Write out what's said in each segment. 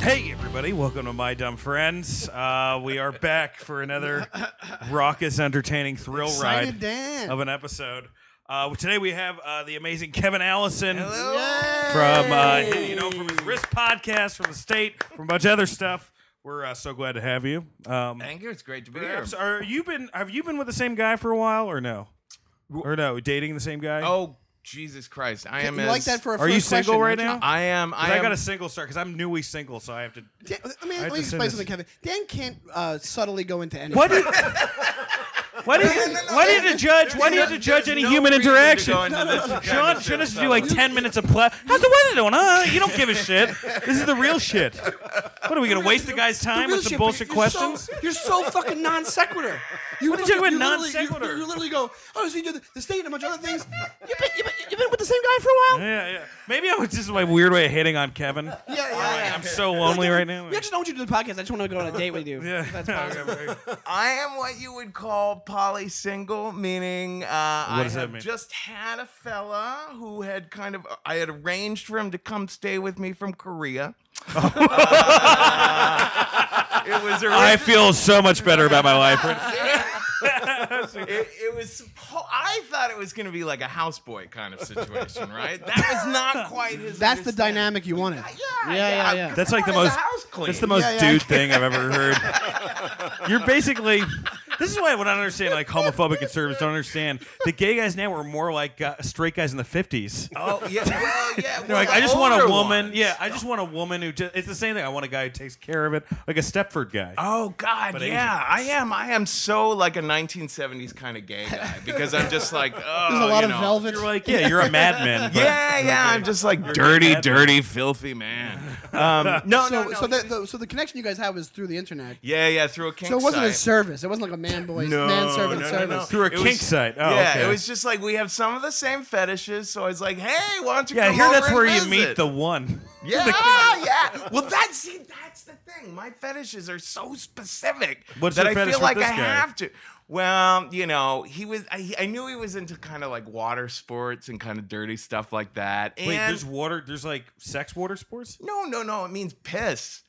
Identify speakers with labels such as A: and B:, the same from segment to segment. A: Hey, everybody, welcome to My Dumb Friends. Uh, we are back for another raucous, entertaining thrill
B: Excited
A: ride
B: Dan.
A: of an episode. Uh, today we have uh, the amazing Kevin Allison
B: Yay.
A: from, uh, you know, from his Risk podcast, from the state, from a bunch of other stuff. We're uh, so glad to have you. Um,
C: Anger, it's great to be here.
A: perhaps- are you been? Have you been with the same guy for a while, or no? Or no, dating the same guy?
C: Oh, Jesus Christ. I am
B: you
C: as,
B: like that for a
A: Are you
B: first
A: single right
B: question, don't you?
A: now?
C: I am. I,
A: I,
C: am,
A: got a single start because I'm newly single, so I have to.
B: Dan, I mean,
A: I had
B: let me
A: to send
B: explain
A: this-
B: something, Kevin. Dan can't uh, subtly go into anything.
A: Why did? Why did, why did you judge? Why do you have to
C: There's
A: judge any
C: no
A: human
C: reason to
A: interaction?
C: go into this kind
A: Sean,
C: of
A: Sean has to do
C: stuff.
A: like ten minutes of play. How's the weather doing? Huh? You don't give a shit. This is the real shit. What are we gonna waste the guy's time with some bullshit questions?
B: you're so fucking non sequitur. You
A: What did you
B: fucking-
A: mean non
B: literally-
A: sequitur?
B: You, you literally go, oh, so you do the, the state and a bunch of other things. You've been, you've, been, you've been with the same guy for a while.
A: Yeah, yeah. Maybe I was just my weird way of hitting on Kevin.
B: Yeah, yeah, yeah.
A: I'm so lonely right now.
B: We actually don't want you to do the podcast. I just want to go on a date with you.
A: Yeah.
B: That's possible.
C: I am what you would call poly single, meaning uh, I
A: does that
C: have
A: mean?
C: just had a fella who had kind of uh, I had arranged for him to come stay with me from Korea. Uh, it was arranged.
A: I feel so much better about my life.
C: It, it was. suppo- I thought it was going to be like a houseboy kind of situation, right? That was not quite his.
B: That's the
C: understanding.
B: dynamic you wanted.
C: Yeah,
B: yeah, yeah.
A: That's like the
C: Come on, it's
A: most-
C: a house clean.
A: That's the most
B: Yeah, yeah.
A: dude thing I've ever heard. You're basically. This is why I don't understand. Like homophobic conservatives don't understand. The gay guys now are more like uh, straight guys in the '50s.
C: Oh yeah, well, yeah.
A: They're like, I just want a woman. Yeah, I just want a woman who. Just, it's the same thing. I want a guy who takes care of it, like a Stepford guy.
C: Oh God,
A: But
C: yeah, I am. I am so like a 1970s kind of gay guy because I'm just like, oh,
B: There's a lot
C: you
B: of
C: know.
B: velvet.
A: You're like, yeah, you're a madman. but-
C: Yeah, yeah, I'm just like
A: a
C: dirty,
A: madman.
C: dirty, filthy man. Um, no,
B: so,
C: no, no.
B: so, the, the, so the connection you guys had was through the internet.
C: yeah, yeah, through a kink
B: So it wasn't a
C: site.
B: service. It wasn't like a man boy,
C: No,
B: man servant
C: no, no,
B: service.
C: no.
A: Through a
C: It was-
A: kink site. Oh,
C: yeah,
A: okay.
C: it was just like we have some of the same fetishes, so I was like, "Hey, why don't you?"
A: Yeah,
C: come
A: here
C: over
A: that's
C: and
A: where you
C: visit?
A: meet the one.
C: Yeah, ah, yeah. Well, that's see, that's the thing. My fetishes are so specific
A: What's
C: that
A: your
C: I
A: fetish
C: feel
A: with
C: like I
A: this guy?
C: have to. Well, you know, he was. I, he- I knew he was into kind of like water sports and kind of dirty stuff like that. And
A: Wait, there's water. There's like sex water sports.
C: no, no, no. It means piss.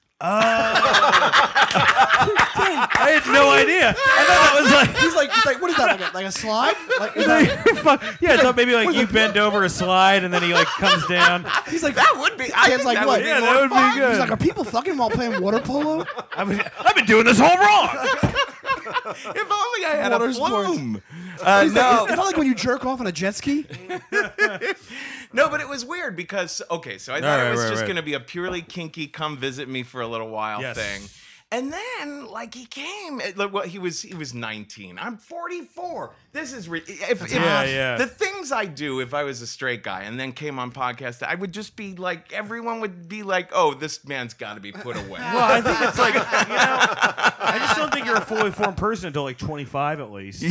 A: I had no idea. I thought that was like.
B: He's like, he's like, what is that? Like a, like a slide? Like, is that-
A: Fuck. yeah, I thought maybe like you bend over a slide and then he like comes down.
B: he's like,
C: That would be. I
B: Dan's
C: think
B: like,
C: that
B: what?
C: Would be
A: Yeah, that
C: more
A: would be
C: fun.
A: good.
B: He's like, are people fucking while playing water polo?
A: I've been, I've been doing this whole wrong.
C: If only I had
B: Water
C: a
B: sports.
C: plume. Uh,
B: He's like,
C: no,
B: it's not like when you jerk off on a jet ski.
C: no, but it was weird because okay, so I thought
A: right,
C: it was
A: right,
C: just
A: right.
C: gonna be a purely kinky "come visit me for a little while"
A: Yes.
C: thing, and then like he came. it- Like, well, he was he was 19. I'm 44. This is re- if, if
A: Yeah, yeah.
C: the things I do if I was a straight guy and then came on podcast, I would just be like everyone would be like, oh, this man's got to be put
A: Well,
C: away.
A: I think it's like you know, I just don't think you're a fully formed person until like 25 at least. So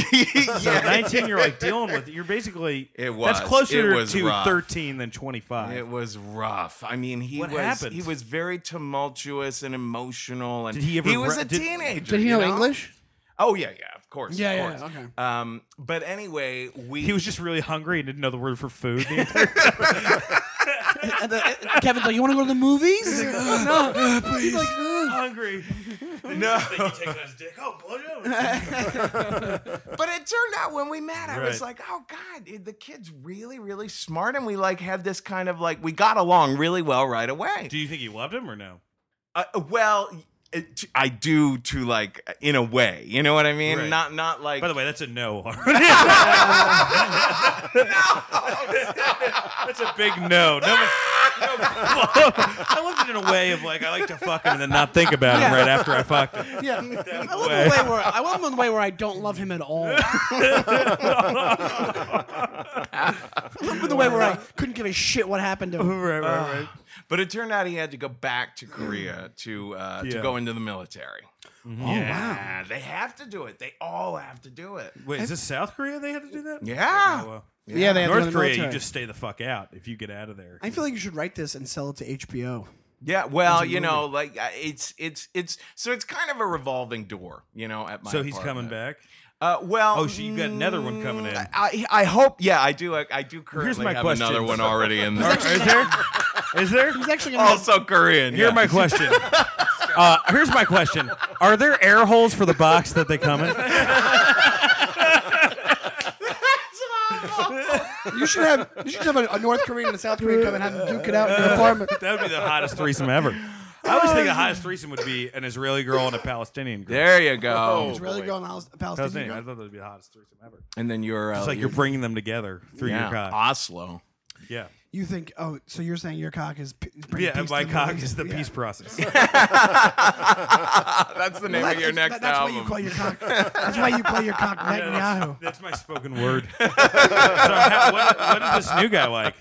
C: Yeah.
A: 19, you're like dealing with. You're basically
C: It
A: that's
C: was.
A: closer
C: It was
A: to
C: rough.
A: 13 than 25.
C: It was rough. I mean, he
A: What
C: was
A: happened?
C: he was very tumultuous and emotional, and
A: Did he ever
C: was
A: re-
C: a
A: did-
C: teenager.
B: Did he know
C: you
B: English?
C: Oh yeah, yeah, of course.
B: Yeah,
C: of
B: yeah,
C: course.
B: okay.
C: Um, but anyway, we
A: He was just really hungry and didn't know the word for food. the entire
B: And the, and Kevin's like, you want to go to the movies? He's like, "Ugh, no, please.
A: hungry.
C: no.
A: Takes out his dick. Oh, blowjob.
C: But it turned out when we met, I was
A: Right.
C: like, oh god, eh, the kid's really, really smart, and we like had this kind of like we got along really well right away.
A: Do you think he loved him or no?
C: Uh, well. It, I do to like in a way, you know what I mean.
A: Right.
C: Not not like
A: By the way, that's a no. that's a big no. No. no. I loved it in a way of like I like to fuck him and then not think about him right after I fucked him.
B: Yeah. I love him in the way where I love him in the way where I don't love him at all. I love him in the way where I couldn't give a shit what happened to him.
A: Right, right, right.
C: But it turned out he had to go back to Korea to uh,
A: Mm. Yeah. Mm-hmm. Oh,
C: to go into the military. Yeah, they have to do it. They all have to do it.
A: Wait, is this South Korea they had to do that?
C: Yeah.
A: Oh, well.
B: Yeah, they have to go
A: North
B: to the
A: Korea, you
B: military.
A: just stay the fuck out if you get out of there.
B: I feel like you should write this and sell it to HBO.
C: Yeah, well, you know, like uh, it's it's it's so it's kind of a revolving door, you know. At my
A: So he's coming
C: apartment.
A: back.
C: Uh, well,
A: Oh, so you got another one coming in.
C: mm, I I hope. Yeah, I do. I, I do currently
A: my
C: have
A: question.
C: another one already in
A: Are-
C: there.
A: is there? Is there? Oh,
D: He's actually gonna.
C: also Korean.
A: Here's
C: yeah.
A: my question. Uh, here's my question. Are there air holes for the box that they come in?
B: You should have you should have a, a North Korean and a South Korean come and have them duke it out in your apartment.
A: That would be the hottest threesome ever. I always think the hottest threesome would be an Israeli girl and a Palestinian girl.
C: There you go.
A: Oh.
B: Israeli girl and Pal- Palestinian
A: Palestinian. I
B: girl.
A: thought that would be the hottest threesome ever.
C: And then you're uh,
A: It's like you're bringing them together through
C: yeah,
A: your cock.
C: Oslo.
A: Yeah.
B: You think? Oh, so you're saying your cock is? p- is bringing
A: Yeah,
B: peace
A: my
B: to
A: cock
B: Middle
A: is the
B: East. Yeah.
A: peace process.
C: That's the name
B: Well,
C: of your
B: that's-
C: next
B: that's
C: album.
B: why you call your cock. That's why you call your cock Netanyahu.
A: That's my spoken word. so how, what, what is this new guy like?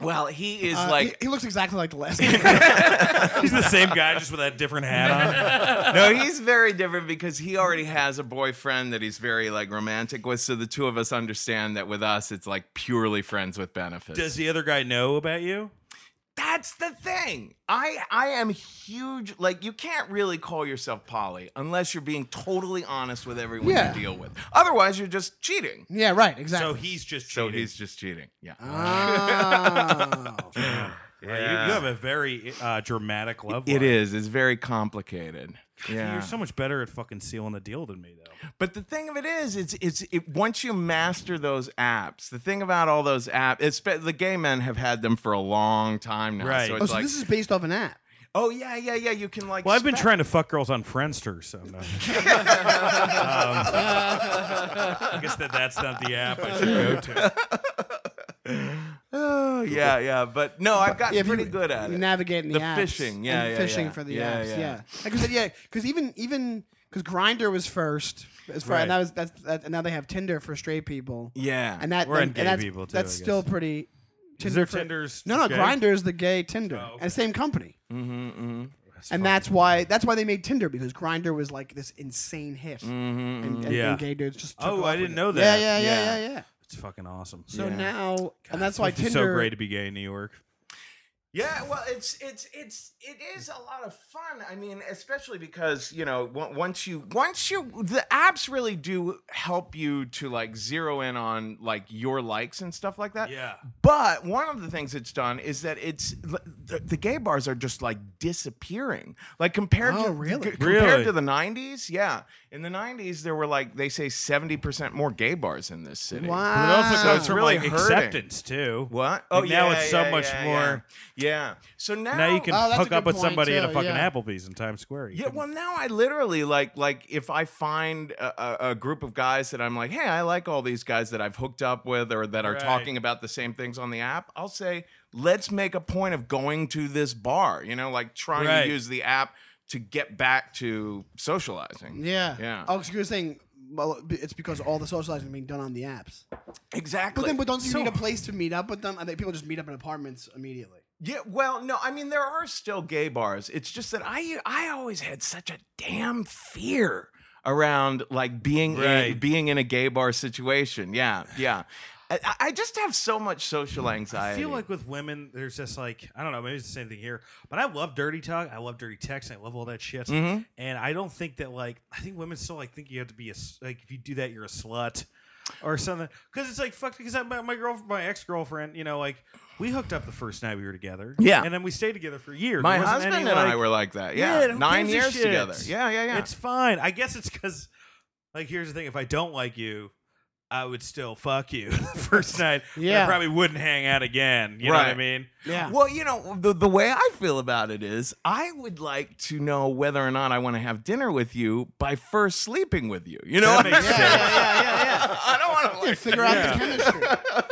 C: well, he is
B: Uh,
C: like
B: he, he looks exactly like the last. guy.
A: He's the same guy, just with that different hat on.
C: no, he's very different because he already has a boyfriend that he's very like romantic with. So the two of us understand that with us, it's like purely friends with benefits.
A: Does the other guy know about you?
C: That's the thing. I I am huge. Like you can't really call yourself poly unless you're being totally honest with everyone
B: Yeah.
C: you deal with. Otherwise, you're just cheating.
B: yeah, right.
A: So
B: Exactly.
A: he's just
C: So
A: cheating.
C: he's just cheating. Yeah.
A: Ah.
B: Oh.
A: Wow, you- You, have a very uh, dramatic love.
C: It
A: life.
C: is. It's very complicated. Yeah.
A: You're so much better at fucking sealing the deal than me, though.
C: But the thing of it is, it's it's it, once you master those apps. The thing about all those apps, it's been- the gay men have had them for a long time now.
A: Right.
C: So
A: Oh,
C: it's
B: Oh, so
C: like,
B: this is based off an app.
C: oh yeah, yeah, yeah. You can like.
A: Well, I've been
C: spec-
A: trying to fuck girls on Friendster, so no. um, I guess that that's not the app I should go to.
C: Oh yeah, yeah. But no, I've gotten
B: Yeah, if you-
C: pretty good at it.
B: Navigating the,
C: The
B: apps
C: phishing, yeah,
B: and
C: yeah,
B: phishing
C: yeah.
B: for the
C: Yeah,
B: apps,
C: yeah.
B: yeah. Like I said, yeah, because even even because Grinder was first, as far
A: Right.
B: and that was that's that, and now they have Tinder for straight people,
C: yeah.
B: and that
A: Or
B: and,
A: in gay
B: and that's,
A: people, too,
B: that's
A: I
B: still
A: guess.
B: pretty. Tinder
A: there
B: for-
A: Tinder's
B: No, no,
A: gay?
B: Grinder is the gay Tinder, and same company. Mm-hmm, And that's why that's why they made Tinder because Grinder was like this insane hit, and, and, and
A: Yeah.
B: gay dudes just. Took
A: Oh,
B: off
A: I
B: with
A: didn't
B: it.
A: know
B: Yeah,
A: that.
B: yeah, yeah,
C: Yeah.
B: yeah, yeah.
A: It's fucking awesome.
B: So
C: Yeah.
B: now, and that's why
A: it's
B: Tinder.
A: so great to be gay in New York.
C: Yeah, well, it's it's it's it is a lot of fun. I mean, especially because you know on- once you once you the apps really do help you to like zero in on like your likes and stuff like that.
A: Yeah.
C: But one of the things it's done is that it's the, the gay bars are just like disappearing. Like compared
B: Oh,
C: to
B: really?
C: c- compared
A: Really?
C: to the '90s, yeah. In the '90s, there were like they say seventy percent more gay bars in this city.
A: But it also
B: Wow.
A: comes
C: it's
A: from
C: really
A: like
C: hurting.
A: Ah, acceptance too.
C: What? Oh,
A: Like, now it's so much
C: yeah,
A: more-
C: Yeah. Yeah. So now
A: Now you can
B: Oh, that's a
A: hook up
B: good
A: with
B: point,
A: somebody in a
B: too,
A: fucking
B: yeah.
A: Applebee's in Times Square. You
C: Yeah,
A: can-
C: well, now I literally like like if I find a, a, a group of guys that I'm like, hey, I like all these guys that I've hooked up with or that are
A: Right.
C: talking about the same things on the app, I'll say, let's make a point of going to this bar. You know, like trying
A: Right.
C: to use the app to get back to socializing.
B: Yeah.
C: yeah,
B: Oh, 'cause you were saying, well, b- it's because all the socializing is being done on the apps.
C: exactly.
B: But then, but don't you
A: so-
B: need a place to meet up with them? I think people just meet up in apartments immediately.
C: Yeah, well, no, I mean there are still gay bars. It's just that I I always had such a damn fear around like being in,
A: Right.
C: being in a gay bar situation. Yeah, yeah. I, I- I just have so much social
A: I
C: anxiety.
A: feel like with women, there's just like I don't know, maybe it's the same thing here. But I love dirty talk. I love dirty text. I love all that shit.
C: Mm-hmm.
A: And I don't think that like I think women still like think you have to be a s- like if you do that you're a slut or something. Because it's like fuck. Because I, my my girl my ex girlfriend, you know, like we hooked up the first night we were together.
C: Yeah.
A: and then we stayed together for years.
C: my
A: There wasn't
C: husband
A: any,
C: and I
A: like-
C: were like that. Yeah,
A: who
C: nine
A: gives a
C: years
A: shit?
C: together. Yeah, yeah, yeah.
A: It's fine. I guess it's because, like, here's the thing: if I don't like you, I would still fuck you the first night. and
B: Yeah.
A: I probably wouldn't hang out again. You know what I
C: Right.
A: mean?
B: Yeah.
C: Well, you know, the, the way I feel about it is I would like to know whether or not I want to have dinner with you by first sleeping with you. You know,
A: That makes
B: yeah,
A: sense.
B: yeah, yeah, yeah, yeah.
C: I don't want to
B: yeah figure out the chemistry.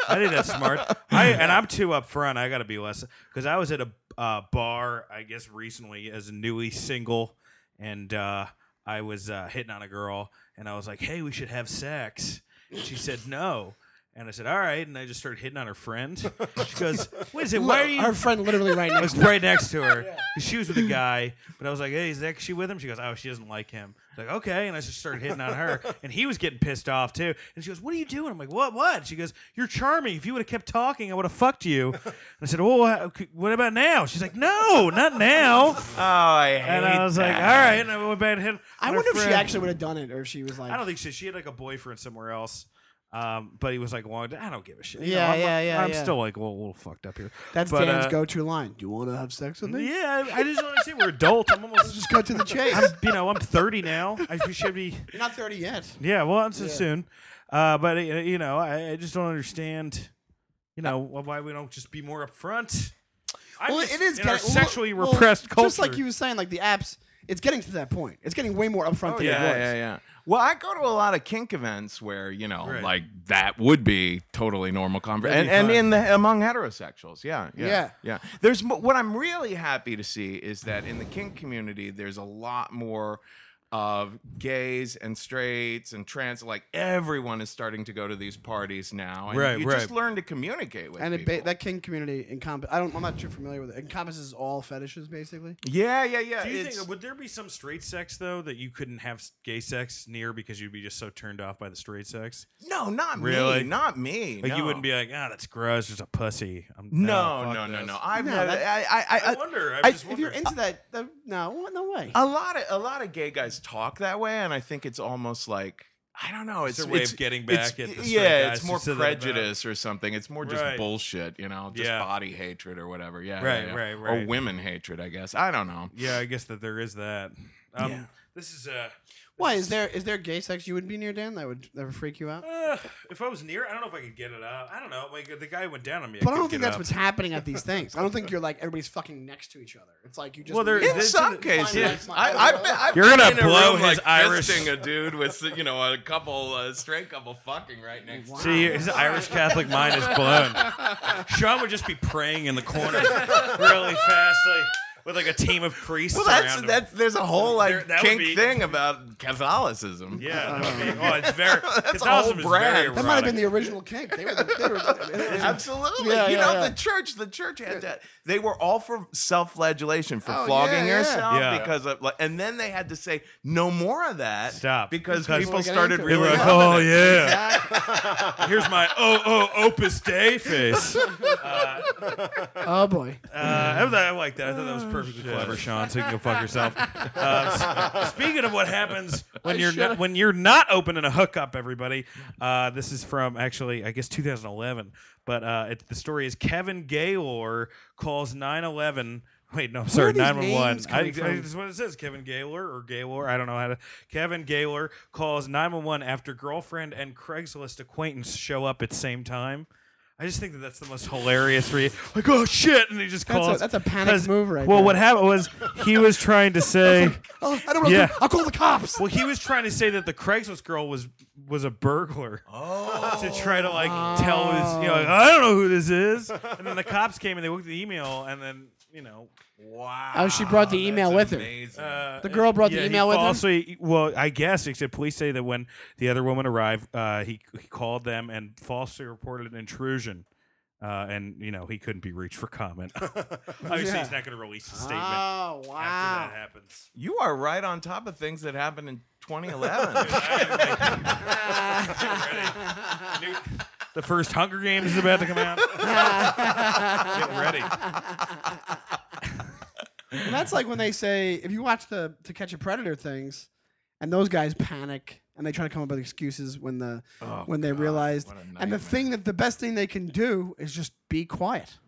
A: I think that's smart. I and I'm too up front. I got to be less because I was at a uh, bar, I guess, recently as a newly single, and uh, I was uh, hitting on a girl, and I was like, "Hey, we should have sex." And she said no, and I said, "All right," and I just started hitting on her friend. She goes, "Wait a second, why are you?"
B: Our friend literally right
A: I
B: next
A: was right next to her. She was with a guy, but I was like, "Hey, is that she with him?" She goes, "Oh, she doesn't like him." It's like, okay. And I just started hitting on her. And he was getting pissed off too. And she goes, What are you doing? I'm like, What? What? She goes, You're charming. If you would have kept talking, I would have fucked you. And I said, Oh, wha- what about now? She's like, No, not now.
C: Oh, I hate
A: And I was like, All
C: that.
A: right. And I went back and hit.
B: I
A: on her
B: wonder if she
A: friend.
B: actually would have done it, or if she was like,
A: I don't think she. She had like a boyfriend somewhere else, um, but he was like long. I don't give a shit. You
B: Yeah,
A: know, I'm,
B: yeah, yeah,
A: I'm
B: yeah.
A: still like a little, little fucked up here.
B: that's
A: but,
B: Dan's
A: uh,
B: go-to line. Do you want to have sex with me?
A: Yeah, I I just want to say we're adults. I'm almost.
B: Just cut to the chase.
A: I'm, you know, I'm 30 now. I should be.
B: You're not 30 yet.
A: Yeah, well, it's soon. Uh, but uh, you know, I, I just don't understand. You know wh- why we don't just be more upfront. I
B: Well,
A: just-
B: it is
A: in our
B: getting- well,
A: sexually
B: well,
A: repressed culture.
B: Just like you were saying, like the apps, it's getting to that point. It's getting way more
A: Oh,
B: upfront than
C: yeah,
B: it was.
C: yeah, yeah. Well, I go to a lot of kink events where you know,
A: Right.
C: like that would be totally normal
A: That'd
C: conversation,
A: be
C: and, and
A: fun.
C: in the among heterosexuals, yeah, yeah,
B: Yeah.
C: yeah, There's mo- what I'm really happy to see is that in the kink community, there's a lot more of gays and straights and trans. Like everyone is starting to go to these parties now, and
A: Right,
C: you
A: right.
C: just learn to communicate with
B: And it
C: people.
B: ba- that king community encompass. I don't. I'm not too familiar with it. Encompasses all fetishes, basically.
C: yeah, yeah, yeah.
A: Do you
C: it's-
A: think would there be some straight sex though that you couldn't have s- gay sex near because you'd be just so turned off by the straight sex?
C: no, not
A: Really?
C: me, not me.
A: Like you
C: no.
A: wouldn't be like, ah, that's gross. There's a pussy. I'm,
C: No,
A: fuck
C: no, no,
A: this."
C: no. I've
B: No,
C: never. I,
B: that's-
C: I, I,
A: I
C: I-
A: wonder. I,
C: I-
A: just
B: If you're
A: wonder.
B: into that, that no, no way.
C: a lot of a lot of gay guys talk that way, and I think it's almost like I don't know. It's
A: It's their way
C: it's-
A: of getting
C: it's-
A: back at the straight
C: yeah,
A: guys
C: it's more
A: just so that about-
C: prejudice or something. It's more just
A: Right.
C: bullshit, you know, just
A: Yeah.
C: body hatred or whatever. Yeah,
A: Right,
C: yeah, yeah.
A: right, right.
C: Or women hatred, I guess. I don't know.
A: yeah, I guess that there is that. Um,
C: Yeah.
A: This is uh,
B: Why is there is there gay sex you would be near Dan that would that would freak you out?
A: uh, if I was near, I don't know if I could get it up. I don't know. Like the guy went down on me.
B: But I don't
A: couldn't
B: think
A: get
B: that's
A: up.
B: what's happening at these things. I don't think you're like everybody's fucking next to each other. It's like you just
A: Well, there-
B: leave.
C: In
A: This is-
C: some
B: Yeah.
C: cases, I, I've been, I've
A: You're
C: been
A: gonna
C: in a
A: blow
C: room,
A: his
C: like,
A: Irish-
C: fisting a dude with you know a couple uh, straight couple fucking right next. to
A: See, his Irish Catholic mind is blown. Sean would just be praying in the corner really fast, like with like a team of priests.
C: Well, that's
A: around him.
C: that's there's a whole like
A: There- that would
C: kink
A: be-
C: thing about Catholicism.
A: Yeah, that would be, oh, it's very.
C: a whole
A: Catholicism is
C: brand.
A: Very
B: That might have
A: erotic.
B: been the original kink. They were, the, they were it was-
C: Absolutely.
B: Yeah,
C: you
B: yeah,
C: know,
B: yeah.
C: the church, the church had that. They were all for self flagellation, for
B: Oh, yeah,
C: flogging
B: yeah.
C: yourself
A: Yeah.
C: because of, like, and then they had to say, no more of that.
A: Stop.
C: Because,
A: Because-
C: people
B: People get
C: started
B: into it.
A: They were
C: really.
A: like,
C: loving
A: oh
C: it.
A: yeah. Here's my oh oh opus day face. Uh,
B: oh boy.
A: I, was- I like that. I thought that
B: Oh,
A: was perfectly clever, Sean. So you can go fuck yourself. Uh, s- speaking of what happens when you're not, when you're not opening a hookup, everybody. Uh, this is from actually, I guess, 2011. But uh, it, the story is Kevin Gaylor calls 911. Wait, no, I'm sorry,
B: these
A: 911.
B: names
A: I, I,
B: coming from?
A: this is what it says. Kevin Gaylor or Gaylor. I don't know how to. Kevin Gaylor calls 911 after girlfriend and Craigslist acquaintance show up at same time. I just think that that's the most hilarious read. Like, oh shit! And he just
B: That's a-
A: calls.
B: that's a panic
A: 'Cause-
B: move right
A: Well,
B: there.
A: what happened was he was trying to say.
B: Oh, I don't know.
A: Yeah.
B: I'll call the cops.
A: Well, he was trying to say that the Craigslist girl was was a burglar. Oh. To try to like tell his,
B: Oh.
A: you know, like, I don't know who this is. And then the cops came and they looked at the email and then, you know,
C: Wow.
B: Oh, she brought the
C: that's
B: email with her.
C: amazing.
A: uh,
B: The girl brought the
A: yeah,
B: email
A: he
B: with her?
A: falsely, Well, I guess except police say that when the other woman arrived, uh, he he called them and falsely reported an intrusion. Uh, and you know he couldn't be reached for comment. Obviously,
B: Yeah.
A: he's not going to release a statement
B: Oh
A: after that
B: wow.
A: happens.
C: you are right on top of things that happened in 2011.
A: New- the first Hunger Games is about to come out. Get ready.
B: And that's like when they say if you watch the To Catch a Predator things, and those guys panic and they try to come up with excuses when the when they realized.
C: Oh, what a
B: And the
C: nightmare.
B: thing that the best thing they can do is just be quiet.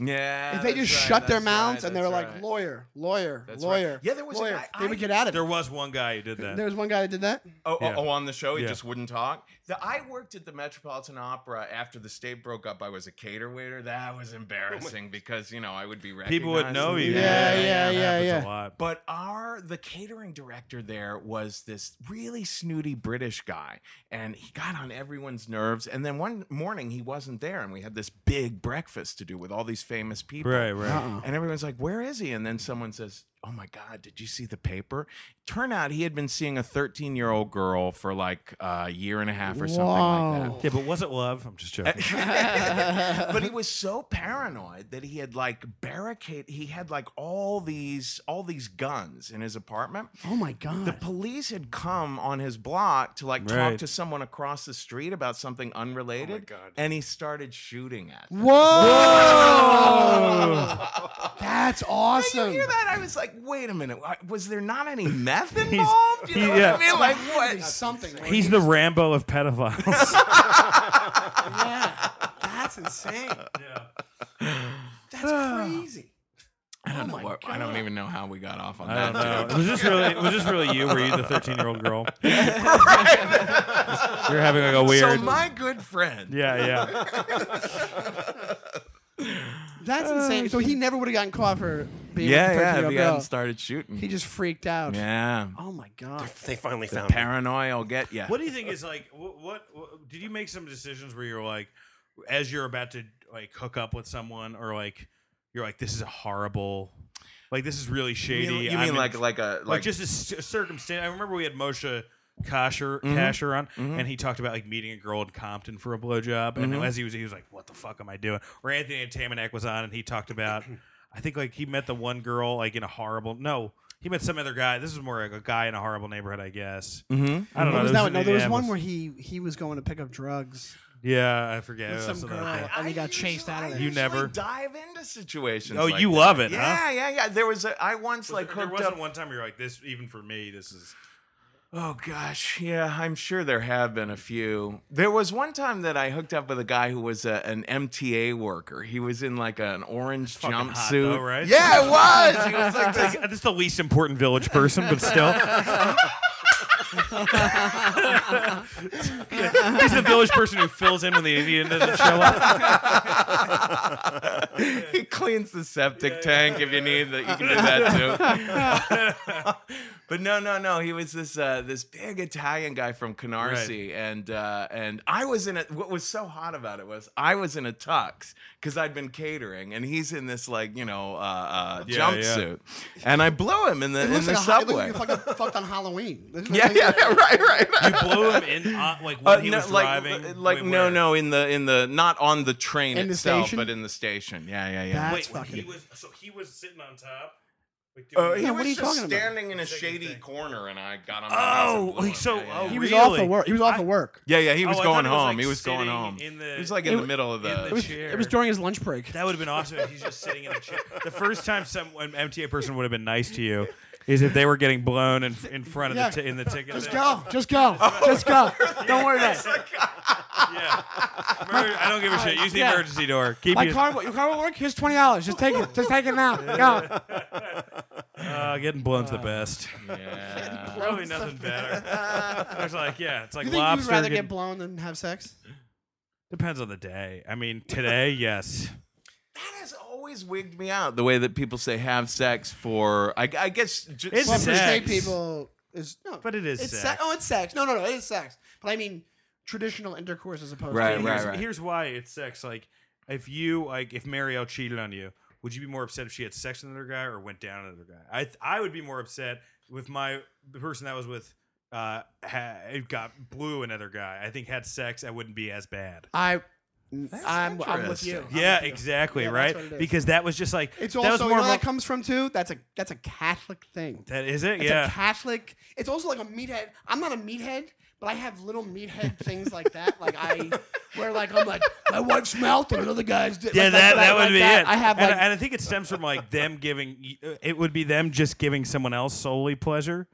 C: yeah.
B: If they
C: that's
B: just
C: right,
B: shut their
C: that's
B: mouths
C: right,
B: and they were
C: that's
B: like
C: right.
B: lawyer, lawyer,
C: That's right.
B: lawyer.
C: Yeah, there was a
B: lawyer,
C: guy-
B: they
C: I-
B: would get out of
A: There
B: it.
A: was one guy who did that.
B: There was one guy that did that.
C: Oh, oh,
A: Yeah.
C: oh, on the show, he
A: Yeah.
C: just wouldn't talk. The, I worked at the Metropolitan Opera after the state broke up. I was a cater waiter. That was embarrassing because you know I would be recognized.
A: People would know you.
B: Yeah, yeah,
A: that
B: yeah,
A: happens A
B: yeah.
A: lot.
C: But our the catering director there was this really snooty British guy, and he got on everyone's nerves. And then one morning he wasn't there, and we had this big breakfast to do with all these famous people.
A: Right, right.
B: Uh-uh.
C: And everyone's like, "Where is he?" And then someone says, oh my god did you see the paper turn out he had been seeing a 13 year old girl for like a year and a half or something like
B: Whoa.
A: Yeah, but was it love? I'm just joking.
C: that but he was so paranoid that he had like barricade he had like all these all these guns in his apartment
B: Oh my god.
C: the police had come on his block to like talk
A: Right.
C: to someone across the street about something unrelated and he started shooting at them.
B: Whoa! That's
C: When
B: awesome.
C: you hear that, I was like, "Wait a minute! wha- Was there not any meth involved?" You know
A: he-
C: what
A: yeah.
C: I mean? Like
B: Be
C: what?
B: something. right?
A: He's the Rambo of pedophiles.
B: yeah. That's insane. That's crazy.
C: I don't
B: Oh
C: know.
B: my
C: What, I don't
B: God.
C: even know how we got off on
A: I don't know.
C: that.
A: Was this really? Was this really you? Were you the 13 year old girl? You're having like a
C: dude.
A: weird.
C: So my good friend.
A: yeah, yeah.
B: That's insane. So he never would have gotten caught for being
C: Yeah,
B: with the 13 year
C: yeah. If
B: old
C: he
B: girl.
C: hadn't started shooting,
B: He just freaked out.
C: yeah.
B: Oh my god.
E: They finally found him.
C: Paranoia will get you.
A: What do you think is like? What, what, what? Did you make some decisions where you're like, as you're about to like hook up with someone, or like, you're like, this is a horrible, like this is really shady.
C: You mean, you
A: I'm
C: mean
A: in-
C: like like a
A: like,
C: like?
A: just a, s- circumstance. I remember we had Moshe Kasher
C: Mm-hmm.
A: Kasher on, and he talked about like meeting a girl in Compton for a blowjob, and
C: Mm-hmm.
A: as he was, he was like, "What the fuck am I doing?" Or Anthony Tamanek was on, and he talked about, I think like he met the one girl like in a horrible no. He met some other guy. This is more like a guy in a horrible neighborhood, I guess.
C: Mhm.
A: I don't
B: What
A: know.
B: was that one?
A: yeah,
B: No, there was
A: it
B: one where he he was going to pick up drugs
A: yeah, I forget. It
B: with
A: was
B: some
A: something
B: girl,
A: like that.
B: and he got
C: usually-
B: chased out of
C: I
B: there.
A: You
C: usually
A: never-
C: dive into situations.
A: Oh,
C: like
A: you
C: that.
A: love it,
C: Yeah,
A: huh?
C: yeah, yeah. There was a. I once like
A: there
C: hooked
A: wasn't
C: up.
A: one time you're like this. Even for me, this is
C: Oh gosh, yeah, I'm sure there have been a few. There was one time that I hooked up with a guy who was a, an MTA worker. He was in like an orange
A: fucking
C: jumpsuit.
A: hot, though, right?
C: Yeah, it was. He was like
A: Like,
C: this.
A: this is the least important village person, but still. He's the village person who fills in when the Indian doesn't show up.
C: he cleans the septic tank if you need that. You can do that too. but no, no, no. He was this uh, this big Italian guy from Canarsie, and uh, and I was in a. What was so hot about it was I was in a tux because I'd been catering, and he's in this like you know uh, uh,
A: Yeah, yeah.
C: jumpsuit, and I blew him in the
B: It
C: in
B: looks
C: the
B: like a, it
C: subway.
B: looks like you fucking fucked on Halloween. It looks
C: yeah,
B: like-
C: yeah, yeah, right, right.
A: Blow him in, uh, like
C: Uh,
A: when he
C: no,
A: was
C: like,
A: driving.
C: li- like
A: Wait,
C: no,
A: where?
C: no, in the in the not on the train
B: In the
C: itself,
B: station?
C: but in the station. Yeah, yeah, yeah.
A: Wait,
B: That's
A: when he
B: fucking-
A: was so he was sitting on top. Like,
C: Uh,
A: doing-
C: he
B: Yeah,
C: was
B: what are you
C: just
B: talking about?
C: standing in a
A: Second
C: shady
A: thing.
C: corner, and I got on.
A: Oh, like, so-
C: yeah,
A: oh,
C: yeah.
B: He was off
A: Really?
B: of work. He was off
A: I-
B: of work.
C: yeah, yeah, he
A: Oh,
C: was
A: I
C: going
A: thought it was,
C: home.
A: like,
C: he was going
A: sitting
C: home.
A: in the-
C: he was like in
B: It
C: the
B: w-
C: middle of
A: in
C: the.
A: the
B: It was,
A: chair.
B: it was during his lunch break.
A: that would have been awesome if he's just sitting in a chair. The first time some an MTA person would have been nice to you is if they were getting blown in, in front of
B: Yeah.
A: the t- in the ticket.
B: Just
A: thing.
B: go. Just go.
C: Oh.
B: Just go. Don't worry about it.
A: Yeah. Emer- I don't give a shit. Use the
B: Yeah.
A: emergency door. Keep
B: My
A: your-
B: car, won't- your car won't work. Here's twenty dollars. Just take it. Just take it now. Go.
A: Uh, getting blown's the best.
C: yeah.
A: Probably nothing better. I was like, yeah, it's like
B: You think you'd
A: lobster.
B: rather
A: getting-
B: get blown than have sex?
A: Depends on the day. I mean, today, yes.
C: That has always wigged me out. The way that people say have sex for, I, I guess. Just,
A: It's
B: Well,
A: Sex.
B: for straight people is no,
A: But it is
B: it's se-
A: sex.
B: oh, it's sex. No, no, no, it is sex. But I mean, traditional intercourse as opposed
C: Right,
B: to
A: oh, here's,
C: right, right.
A: here's why it's sex. Like, if you like, if Marielle cheated on you, would you be more upset if she had sex with another guy or went down on another guy? I th- I would be more upset with my the person that was with. Uh, ha- it got blew another guy. I think had sex. I wouldn't be as bad.
B: I, I'm, I'm with
C: interesting.
B: you. I'm
A: yeah,
B: with you.
A: exactly.
B: Yeah,
A: right.
B: that's what it is.
A: Because that was just like
B: It's
A: that was
B: also
A: more
B: you know
A: of
B: where
A: a-
B: that comes from too. That's a that's a Catholic thing.
A: that is it.
B: It's
A: yeah.
B: a Catholic. It's also like a meathead. I'm not a meathead, but I have little meathead things like that. Like I, where like I'm like my wife's mouth and another guy's. Di-
A: Yeah,
B: like,
A: that,
B: like
A: that would
B: like
A: be
B: that.
A: it.
B: I have
A: and,
B: like
A: and I think it stems from like them giving. uh, It would be them just giving someone else solely pleasure,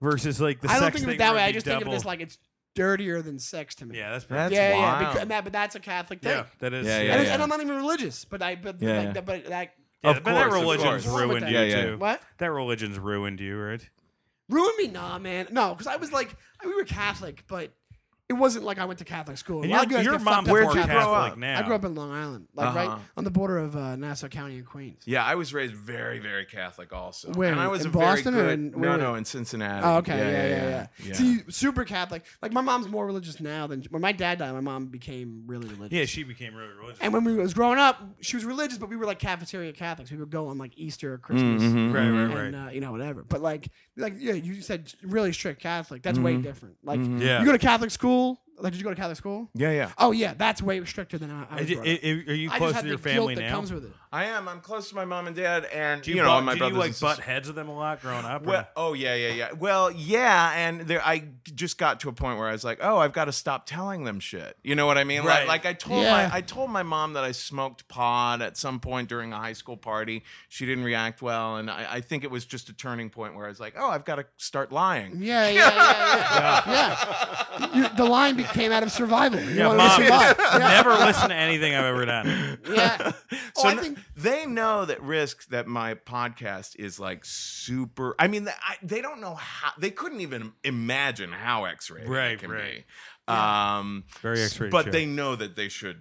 A: versus like the
B: I don't
A: sex
B: think of
A: thing
B: it that
A: where it'd
B: way. I
A: be
B: just think of
A: double.
B: this like it's dirtier than sex to me.
A: yeah, that's
C: That's
B: yeah, yeah.
C: wild.
B: Because, man, but that's a Catholic thing.
A: yeah, that is
C: Yeah, yeah,
B: and,
A: yeah.
B: it's- and I'm not even religious, but I but
C: Yeah,
B: like,
C: yeah.
B: that- but that
A: Yeah,
C: Of
A: but that
C: course, of
A: religion's
B: course.
A: ruined you
B: Yeah,
C: yeah.
A: too.
B: what
A: That religion's ruined you, right?
B: ruined me? Nah, man, no, because I was like we were Catholic, but it wasn't like I went to Catholic school. A
A: And
B: lot
A: your,
B: of you guys
A: your
B: get fucked
A: mom's
B: up
C: Where'd
B: for
A: more
C: you
B: Catholic.
C: grow
A: Catholic
C: up?
A: now.
B: I grew up in Long Island, like right
C: Uh-huh.
B: on the border of uh, Nassau County and Queens.
C: Yeah, I was raised very, very Catholic also.
B: Where,
C: and I was
B: in
C: a very
B: Boston or
C: good,
B: in-
C: no,
B: where-
C: no, in Cincinnati.
B: Oh, okay, yeah, yeah, yeah.
C: yeah.
B: See, super Catholic. Like my mom's more religious now than when my dad died. My mom became really religious.
A: Yeah, she became really religious.
B: And when we was growing up, she was religious, but we were like cafeteria Catholics. We would go on like Easter or Christmas,
A: Mm-hmm. right, right, right.
B: and uh, you know whatever. But like, like yeah, you said really strict Catholic. That's
A: Mm-hmm.
B: way different. Like,
A: Yeah.
B: you go to Catholic school. Like, did you go to Catholic school?
C: yeah, yeah.
B: Oh yeah, that's way stricter than I. I was
A: Is it-
B: brought up.
A: i- i- are you
B: I
A: close
B: just had
A: to your
B: the
A: family
B: guilt
A: now?
B: that comes with it.
C: I am. I'm close to my mom and dad, and
A: Do
C: you, know,
A: butt-
C: my
A: did
C: brothers
A: you
C: and
A: like butt
C: sisters.
A: heads with them a lot growing up? or
C: Well, oh yeah, yeah, yeah. Well, yeah, and there, I just got to a point where I was like, oh, I've got to stop telling them shit. You know what I mean?
A: Right.
C: Like, like I told
B: Yeah.
C: my, I told my mom that I smoked pot at some point during a high school party. She didn't react well, and I, I think it was just a turning point where I was like, oh, I've got to start lying.
B: Yeah, yeah, yeah, yeah. yeah. You, the line be- came out of survival. You
A: yeah,
B: wanted to
A: mom,
B: survive. Yeah.
A: never listen to anything I've ever done.
B: Yeah. Oh,
C: So
B: I
C: n-
B: think
C: they know that risk that my podcast is like super. I mean, I, they don't know how. They couldn't even imagine how X-rated
A: Right,
C: it can
A: right.
C: be. Um,
A: Very
C: s-
A: X-rated
C: But
A: show.
C: they know that they should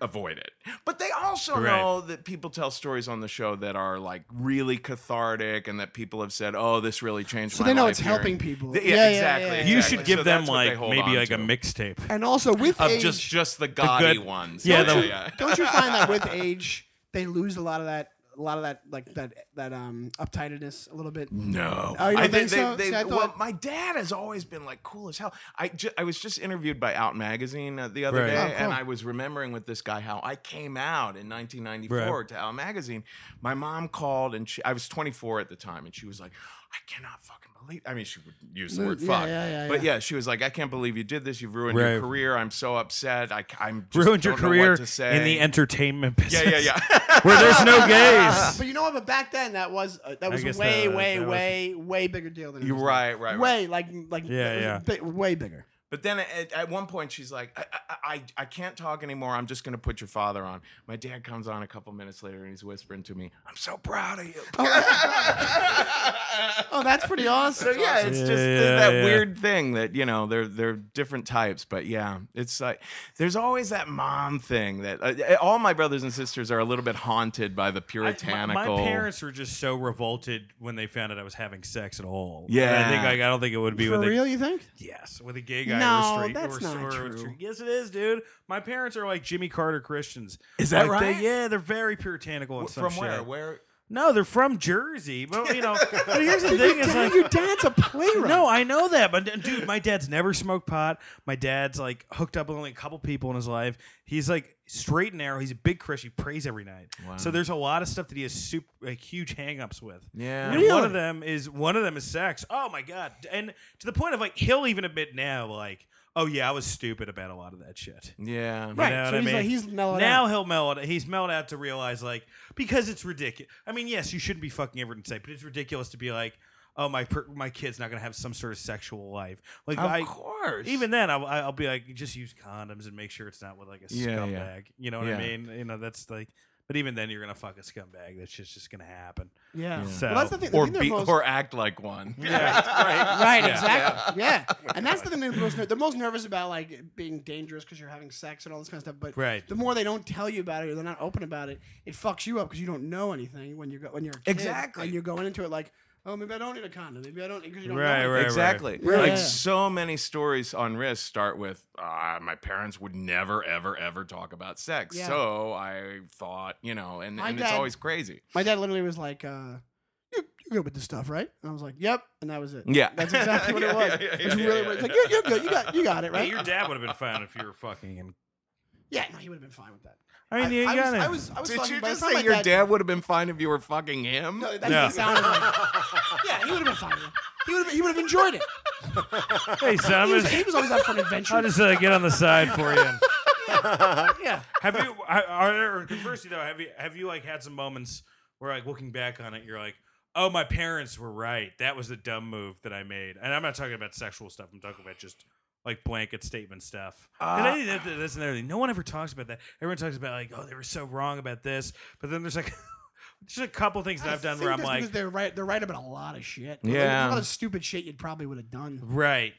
C: avoid it. But they also
A: Right.
C: know that people tell stories on the show that are like really cathartic, and that people have said, "Oh, this really changed."
B: So
C: my
B: they know
C: life
B: it's
C: here."
B: helping people.
C: Th-
B: Yeah, yeah,
C: yeah, exactly,
B: yeah, yeah.
A: You
C: exactly.
A: should give
C: So
A: them
C: that's what they
A: like
C: hold
A: maybe
C: on
A: like a
C: to.
A: mixtape.
B: And also with
C: of
B: age,
C: just just the gaudy
A: good-
C: ones.
A: Oh, yeah,
B: don't,
A: the-
B: you, don't you find that with age they lose a lot of that, a lot of that, like that, that um uptightedness a little bit?
C: No.
B: Oh, you don't
C: I
B: think so? See, I
C: well,
B: thought-
C: my dad has always been like cool as hell. I, ju- I was just interviewed by Out Magazine uh, the other
A: Right.
C: day,
A: Oh,
B: cool.
C: and I was remembering with this guy how I came out in 1994
A: Right.
C: to Out Magazine. My mom called, and she, I was 24 at the time, and she was like, I cannot fucking believe. I mean, she would use the word
B: Mm, Yeah,
C: fuck.
B: yeah, yeah,
C: but
B: yeah.
C: yeah, she was like, I can't believe you did this. You've ruined
A: Right.
C: your career. I'm so upset. I, am just
A: Ruined your
C: don't know what
A: career
C: to say.
A: in the entertainment business.
C: Yeah, yeah, yeah.
A: where there's no gays.
B: Uh, But you know what? But back then, that was uh, that was a
A: guess
B: way,
A: that-
B: way,
A: that was-
B: way, way bigger deal than it
C: You're
B: is
C: right,
B: now.
C: right, right.
B: Way like like
A: Yeah,
B: it was
A: yeah.
B: bi- way bigger.
C: But then at, at one point she's like, I, I, I, I can't talk anymore. I'm just gonna put your father on. My dad comes on a couple minutes later and he's whispering to me, I'm so proud of you.
B: Oh, that's pretty awesome.
C: so yeah, it's
A: Yeah,
C: just th-
A: yeah,
C: that
A: yeah.
C: weird thing that you know they're they're different types, but yeah, it's like there's always that mom thing that uh, all my brothers and sisters are a little bit haunted by the
A: I- my-
C: puritanical.
A: My, parents were just so revolted when they found out I was having sex at all.
C: Yeah.
A: And I think like, I don't think it would be
B: For
A: with
B: real,
A: a
B: you think?
A: yes with a gay guy
B: No,
A: or straight
B: that's
A: or,
B: not
A: or-
B: true.
A: straight- Yes, it is, dude. My parents are like Jimmy Carter Christians.
C: Is that
A: Like, they-
C: right?
A: yeah, they're very puritanical and
C: from
A: some
C: where?
A: shit.
C: Where?
A: No, they're from Jersey, but you know. but here's the thing: is
B: Dad,
A: like
B: your dad's a playwright.
A: no, I know that, but d- dude, my dad's never smoked pot. My dad's like hooked up with only a couple people in his life. He's like straight and narrow. He's a big Christian. He prays every night. So there's a lot of stuff that he has super like, huge hangups with.
C: Yeah.
A: and one of them is one of them is sex. Oh my god! And to the point of like he'll even admit now, like, oh yeah, I was stupid about a lot of that shit.
C: Yeah.
A: You
B: Right,
A: know
B: so
A: what I
B: he's
A: mean?
B: like- he's mellowed
A: now
B: out.
A: he'll mellow out. He's mellowed out to realize, like, because it's ridiculous. I mean, yes, you shouldn't be fucking everyone say, but it's ridiculous to be like, oh, my per- my kid's not gonna have some sort of sexual life. Like,
C: Of
A: I,
C: course.
A: even then, I'll, I'll be like, just use condoms and make sure it's not with like a
C: Yeah,
A: scumbag.
C: yeah.
A: You know what I
C: Yeah.
A: mean? You know that's like. But even then, you're gonna fuck a scumbag. That's just just gonna happen.
B: Yeah.
A: So-
B: Well, that's the thing. The
C: Or
B: thing they're
C: be,
B: most-
C: or act like one.
B: Right, exactly. Yeah. And that's the thing they're most, ner- they're most nervous about, like being dangerous because you're having sex and all this kind of stuff. But
A: Right.
B: the more they don't tell you about it or they're not open about it, it fucks you up because you don't know anything when you're go- when you're a kid,
C: Exactly.
B: and you're going into it like, oh, maybe I don't need a condom. Maybe I don't because you don't
A: Right,
B: know.
A: right.
B: anything.
C: Exactly.
B: Right. Yeah.
C: Like so many stories on risk start with uh, my parents would never, ever, ever talk about sex.
B: Yeah.
C: So I thought, you know, and,
B: My
C: and it's
B: dad-
C: always crazy.
B: My dad literally was like, uh, you you're good with this stuff, right? And I was like, yep. And that was it.
C: Yeah.
B: That's exactly what
C: Yeah,
B: it was.
C: yeah, yeah,
B: it's
C: yeah,
B: really
C: yeah,
B: what- it's
C: yeah.
B: like you're, you're good. You got you got it
A: Right?
B: right.
A: your dad would have been fine if you were fucking. And
B: yeah. No, he would have been fine with that.
A: I mean, you
B: I,
A: gotta.
B: was, I was I was
C: Did
B: fucking
C: you
B: by the
C: just
B: time
C: say
B: my
C: your dad, would have been fine if you were fucking him?
B: No, that's
A: No.
B: what it sounded like. yeah, he would have been fine. He would have he would have enjoyed it.
A: hey, son, I'm
B: He was,
A: just-
B: he was always up for an
A: I'll
B: adventure.
A: just uh, get on the side for you.
B: yeah.
A: Have you? Are, are there, conversely though, have you have you like had some moments where like looking back on it, you're like, oh, my parents were right. That was the dumb move that I made. And I'm not talking about sexual stuff. I'm talking about just like blanket statement stuff.
C: Uh,
A: 'Cause I
C: Ah,
A: think that- that- that's another thing. No one ever talks about that. Everyone talks about like, oh, they were so wrong about this. But then there's like. Just a couple things that I've done where I'm
B: that's
A: like,
B: because they're right. They're right about a lot of shit. Like, a
C: Yeah.
B: lot of stupid shit you probably would have done.
A: Right.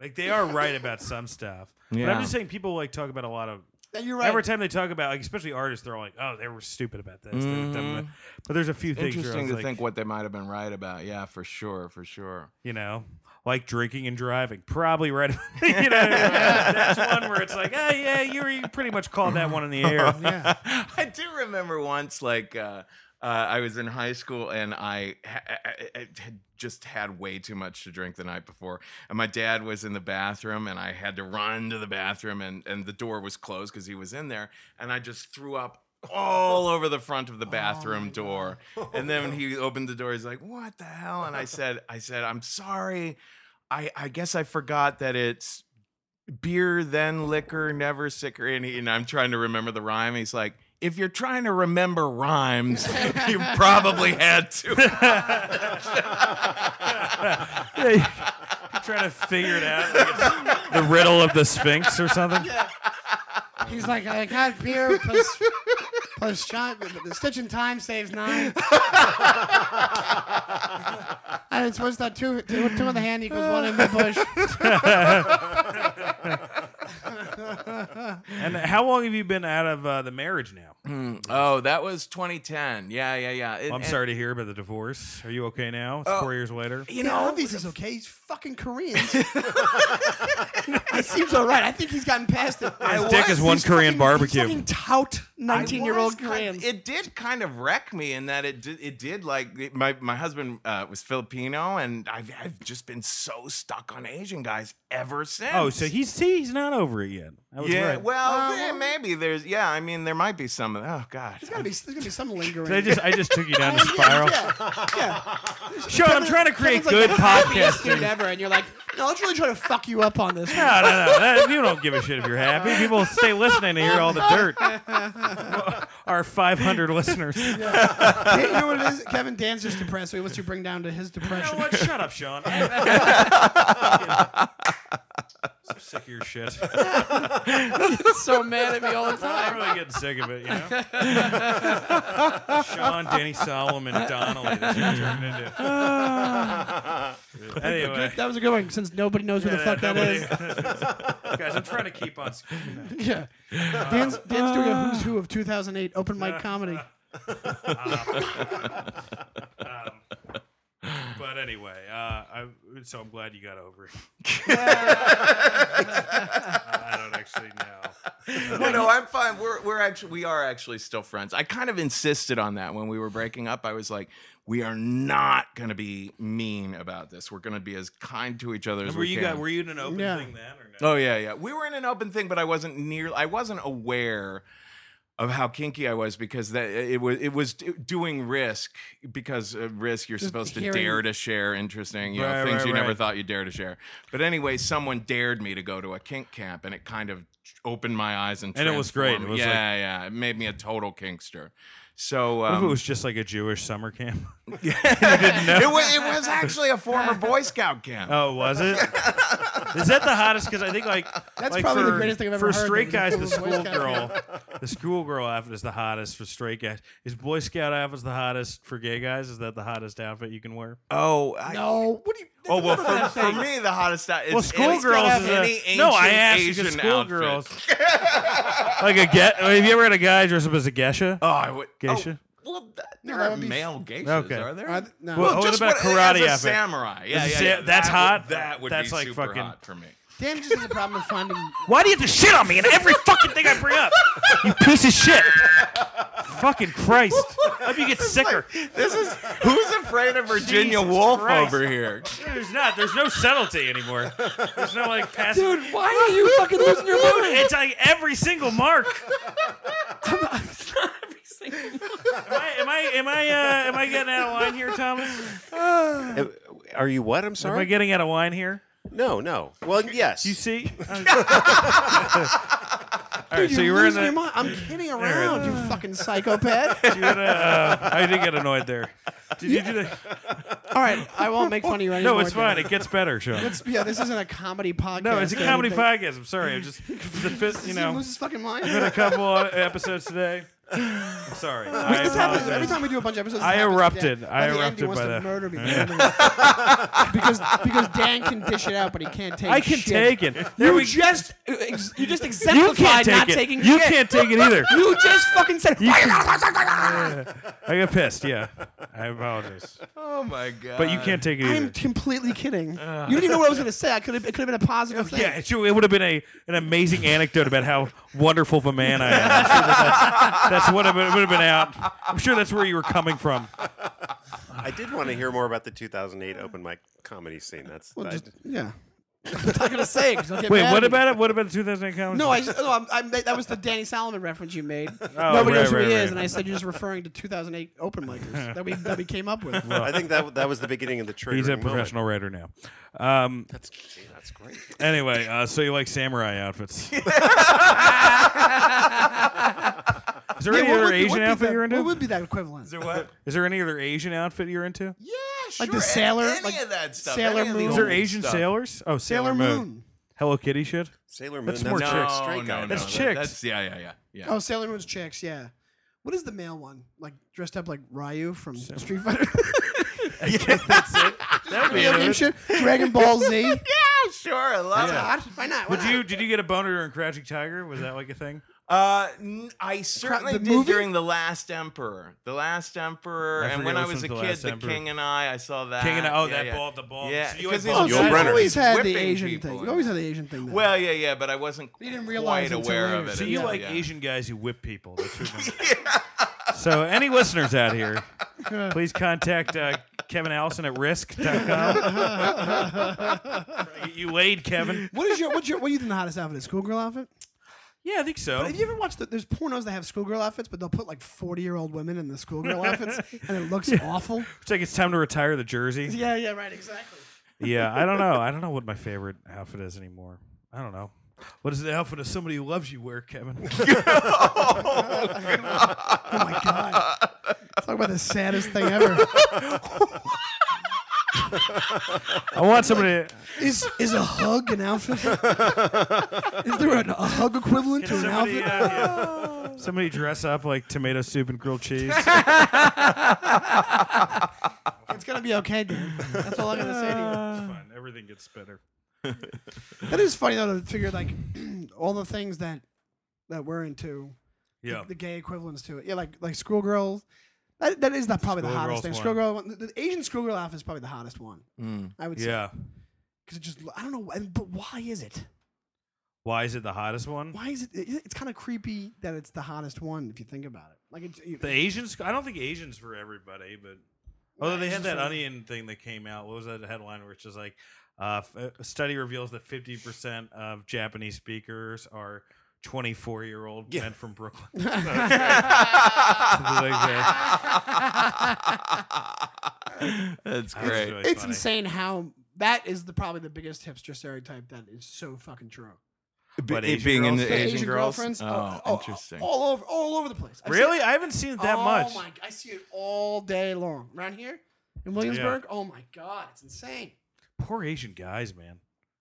A: Like they are right about some stuff. But
C: Yeah.
A: I'm just saying people like talk about a lot of
B: Yeah, You're right.
A: every time they talk about like especially artists, they're like, Oh, they were stupid about this. they were dumb about-" But there's a few things where I
C: Mm-hmm. Interesting
A: was
C: to
A: like,
C: think what they might have been right about. Yeah, for sure, for sure.
A: you know, like drinking and driving. Probably right you know that's one where it's like, Oh yeah, you were you pretty much called that one in the air.
B: yeah.
C: I do remember once, like, uh, uh, I was in high school and I, ha- I- I had just had way too much to drink the night before. And my dad was in the bathroom and I had to run to the bathroom and, and the door was closed because he was in there. And I just threw up all over the front of the bathroom door. And then when he opened the door, he's like, what the hell? And I said, I said, I'm sorry. I, I guess I forgot that it's beer then liquor never sicker and, he, and i'm trying to remember the rhyme he's like if you're trying to remember rhymes you probably had to
A: Yeah, you- you're trying to figure it out. like it's the riddle of the Sphinx or something.
B: He's like, I got beer plus plus shot. but The stitch in time saves nine. and it's supposed to two, two, two in the hand equals one in the bush.
A: And how long have you been out of uh, the marriage now?
C: oh that was 2010 yeah yeah yeah It-
A: I'm
C: and-
A: sorry to hear about the divorce. Are you okay now?
C: Oh.
A: It's four years later.
C: you
B: No,
C: know
B: these is okay. He's fucking Korean. he seems all right. I think he's gotten past it.
A: His dick is one Korean barbecue.
B: Fucking tout
C: I
B: nineteen-year-old
C: was kind
B: Korean.
C: of- it did kind of wreck me in that it did, it did like it- my my husband uh, was Filipino and I've I've just been so stuck on Asian guys ever since.
A: Oh, so he's see, he's not over it yet. That was
C: yeah.
A: right.
C: Well,
B: Uh,
C: yeah, maybe there's yeah. I mean, there might be some. Oh God.
B: There's gotta be there's gonna be some lingering.
A: I just I just took you down the spiral.
B: yeah, yeah.
A: Sean, I'm trying to create
B: Kevin's like,
A: good
B: "I'm the happiest
A: podcasting.
B: dude ever, and you're like, no, let's really try to fuck you up on this. one."
A: No, no, no. That, you don't give a shit if you're happy. People stay listening to hear all the dirt. Our 500 listeners.
B: you know what it is? Kevin Dan's just depressed, so he wants to bring down to his
A: You know
B: depression.
A: what? Shut up, Sean. so sick of your shit.
D: so mad at me all the time.
A: I'm really getting sick of it, you know? Sean, Danny Solomon, Donnelly. That's what it turned into. anyway.
B: That was a good one, since nobody knows who the fuck that is.
A: Guys, I'm trying to keep on.
B: Yeah, Dan's, Dan's doing a who's who of 2008 open mic comedy.
A: But anyway, uh, I, so I'm glad you got over it. I don't actually know.
C: no, no, I'm fine. We're we're actually we are actually still friends. I kind of insisted on that when we were breaking up. I was like, we are not going to be mean about this. We're going to be as kind to each other as
A: Were
C: we
A: you
C: can.
A: guys, were you in an open
B: Yeah.
A: thing then or no?
C: oh yeah, yeah. We were in an open thing, but I wasn't near. I wasn't aware of how kinky I was because that it was it was d- doing risk because uh, risk you're supposed to
B: hearing-
C: dare to share interesting you know
A: Right,
C: things
A: right,
C: you never
A: right.
C: thought you dare to share. But anyway, someone dared me to go to a kink camp, and it kind of opened my eyes and
A: And it was great.
C: transformed me.
A: It was
C: yeah,
A: like-
C: yeah, it made me a total kinkster. So
A: What if it
C: um,
A: was just like a Jewish summer camp?
C: it was it was actually a former Boy Scout camp.
A: Oh, was it? Is that the hottest? Because I think like
B: That's
A: like,
B: probably
A: for,
B: the greatest thing I've
A: for
B: ever heard,
A: straight
B: that
A: guys.
B: it
A: The
B: was a Boy Scout
A: schoolgirl, the schoolgirl outfit is the hottest for straight guys. Is Boy Scout outfit the hottest for gay guys? Is that the hottest outfit you can wear?
C: Oh, I,
B: No, what do you?
C: Oh well, for, for me the hottest out is
A: Well, schoolgirls is
C: any
A: a, no. I
C: ancient
A: asked
C: Asian
A: because schoolgirls
C: outfit.
A: like a get. Have you ever had a guy dressed up as a geisha?
C: Oh, I would.
A: Geisha?
C: Oh, well, th- there
B: No, that
C: are
B: would be-
C: male geishas,
A: Okay.
C: are there?
B: Uh, no.
A: Well-
C: Well,
A: what
C: just
A: about
C: what-
A: karate
C: as a
A: outfit?
C: samurai? Yeah,
A: As a
C: yeah,
A: sa-
C: yeah.
A: that's
C: that
A: hot?
C: Would, that would
A: That's
C: be
A: like
C: super
A: fucking-
C: hot for me.
B: Dan just has a problem with finding.
A: Why do you have to shit on me in every fucking thing I bring up? You piece of shit. Fucking Christ. I hope you get sicker.
C: This is who's afraid of Virginia
A: Jesus
C: Woolf
A: Christ.
C: over here?
A: There's not. There's no subtlety anymore. There's no like passive.
D: Dude, why are you fucking losing your mind?
A: It's like every single mark.
D: It's not every single
A: Am I am I am I, uh, am I getting out of line here, Thomas?
E: Uh, Are you what? I'm
A: Am I
E: sorry.
A: getting out of line here?
E: no, no. Well, yes.
A: You see? All right, so you were in
B: losing your
A: the.
B: mind. I'm kidding around, you fucking psychopath.
A: You had a, uh, I did get annoyed there. Did you do that?
B: All right, I won't make fun of you anymore.
A: No, it's
B: Dan.
A: fine. It gets better, Sean.
B: Yeah, this isn't a comedy podcast.
A: No, it's a
B: or
A: comedy
B: anything.
A: podcast. I'm sorry. I'm just, it's a fit, you
B: Does he
A: know,
B: lose his fucking mind.
A: been a couple of episodes today. I'm sorry.
B: We-
A: I
B: this happens every
A: apologize.
B: time we do a bunch of episodes. this
A: I
B: happens to
A: erupted.
B: Dan.
A: I
B: By the end,
A: erupted
B: he wants
A: by
B: to
A: that.
B: murder me. because because Dan can dish it out, but he can't take.
A: I can
B: shit.
A: take it. There
D: you
A: we
D: just ex- you just
A: You
D: exemplified
A: can't take
D: not
A: it.
D: taking
A: you
D: shit.
A: can't take it either.
D: You just fucking said.
A: I got pissed. Yeah, I apologize.
C: Oh my god.
A: But you can't take it
B: I'm
A: either.
B: completely kidding. You didn't even know what I was going to say. I could have. It could have been a positive thing.
A: Yeah, it, should- it would have been a an amazing anecdote about how wonderful of a man I am. I'm sure that that's, that's what it would have been out. I'm sure that's where you were coming from.
E: I did want to hear more about the 2008 open mic comedy scene. That's
B: Well,
E: I-
B: just- yeah.
D: I'm not gonna say it. 'cause I'll get
A: Wait,
D: mad at
A: what
D: you.
A: about it? What about the 2008 comedy?
B: No, I just, no, I'm, I'm, that was the Danny Solomon reference you made.
A: Oh,
B: Nobody
A: right,
B: knows who
A: right,
B: he
A: right.
B: is, and I said you're just referring to 2008 open micers that we that we came up with.
E: I think that that was the beginning of the triggering
A: He's a
E: moment.
A: professional writer now. Um,
E: That's, gee, that's great.
A: anyway, uh, so you like samurai outfits? is there
B: Yeah,
A: any
B: what
A: other
B: would- what would
A: Asian
B: be
A: outfit
B: that-
A: you're into?
B: What would be that equivalent?
A: what? Is there any other Asian outfit you're into?
C: Yeah, sure.
B: Like the sailor-
C: Any
B: like
C: of that stuff.
B: Sailor
C: any of the
B: Moon.
A: Is there
C: old
A: Asian
C: stuff.
A: sailors? Oh, Sailor,
B: Sailor
A: Moon.
B: Moon.
A: Hello Kitty shit.
E: Sailor Moon.
A: That's more
C: No,
A: chicks.
C: no,
E: straight guy.
C: no,
A: That's
C: that-
A: chicks.
C: That's yeah, yeah, yeah, yeah.
B: Oh, Sailor Moon's chicks. Yeah. What is the male one? Like dressed up like Ryu from Street Fighter.
A: That
B: Video game shit. Dragon Ball Oh, Z. yeah.
C: yeah, sure. I love it.
B: Why not? Why
A: Did
B: not?
A: you did you get a boner during Crouching Tiger? Was that like a thing?
C: Uh, n- I certainly
B: the
C: did
B: movie?
C: during the Last Emperor. The Last Emperor,
A: I
C: and
A: forget
C: when I
A: which
C: was
A: one's The
C: a kid,
A: Last
C: The
A: Emperor.
C: King and I, I saw that.
A: King and I- oh,
C: Yeah,
A: that
C: yeah.
A: ball- the ball.
C: Yeah,
A: So you like
C: because
A: balls.
B: Oh,
C: it's-
B: so
E: Yul
B: you
E: Brynner.
B: always had the
C: Whipping
B: Asian
C: people
B: thing.
C: and-
B: You always had the Asian thing. Then.
C: Well, yeah, yeah, but I wasn't
B: You didn't
C: quite
B: realize until
C: aware of
B: later.
C: it.
A: So you
C: Yeah,
A: like
C: yeah.
A: Asian guys who whip people? That's your thing. So any listeners out here, please contact uh, Kevin Allison at risk.com. you laid, Kevin.
B: what is your what's your what do you think the hottest outfit is? Schoolgirl outfit?
A: Yeah, I think so.
B: Have you ever watched the, there's pornos that have schoolgirl outfits, but they'll put like 40 year old women in the schoolgirl outfits, and it looks awful.
A: It's like it's time to retire the jersey.
B: Yeah, yeah, right, exactly.
A: Yeah, I don't know. I don't know what my favorite outfit is anymore. I don't know. What is the outfit of somebody who loves you wear, Kevin?
B: Oh my god, talk about the saddest thing ever.
A: I want somebody.
B: Is is a hug an outfit? is there an, a hug equivalent to an
A: somebody,
B: outfit?
A: uh, yeah. Somebody dress up like tomato soup and grilled cheese.
B: It's gonna be okay, Dan. That's all I'm gonna say to
A: Fine, everything gets better.
B: you. That is funny though to figure like all the things that that we're into,
A: Yeah.
B: the gay equivalents to it. Yeah, like like schoolgirls. That, that is not probably the
A: Schoolgirl's
B: hottest thing.
A: one.
B: Schoolgirl, one- the, the Asian schoolgirl outfit is probably the hottest one.
A: Hmm.
C: Mm.
B: I would say.
A: Yeah.
B: because it just I don't know, and, but why is it?
A: Why is it the hottest one?
B: Why is it? it- It's kind of creepy that it's the hottest one if you think about it. Like it's you-
A: The Asians. I don't think Asians for everybody, but although oh, they had that onion thing that came out. What was that headline? Where it's just like, uh, f- a study reveals that fifty percent of Japanese speakers are twenty-four year old men from Brooklyn. Something like that.
C: That's
A: That's
C: great.
A: really
B: it's
A: funny.
B: insane how that is the probably the biggest hipster stereotype that is so fucking true.
A: But
C: it
A: Asian
C: being in
A: girls?
C: the
B: The
C: Asian, girls?
B: girlfriends,
C: Oh,
B: oh, oh,
C: interesting.
B: all over, all over the place. I see
A: Really,
B: it-
A: I haven't seen it that
B: oh
A: much.
B: my! I see it all day long around here in Williamsburg. Oh my god, it's insane.
A: Poor Asian guys, man.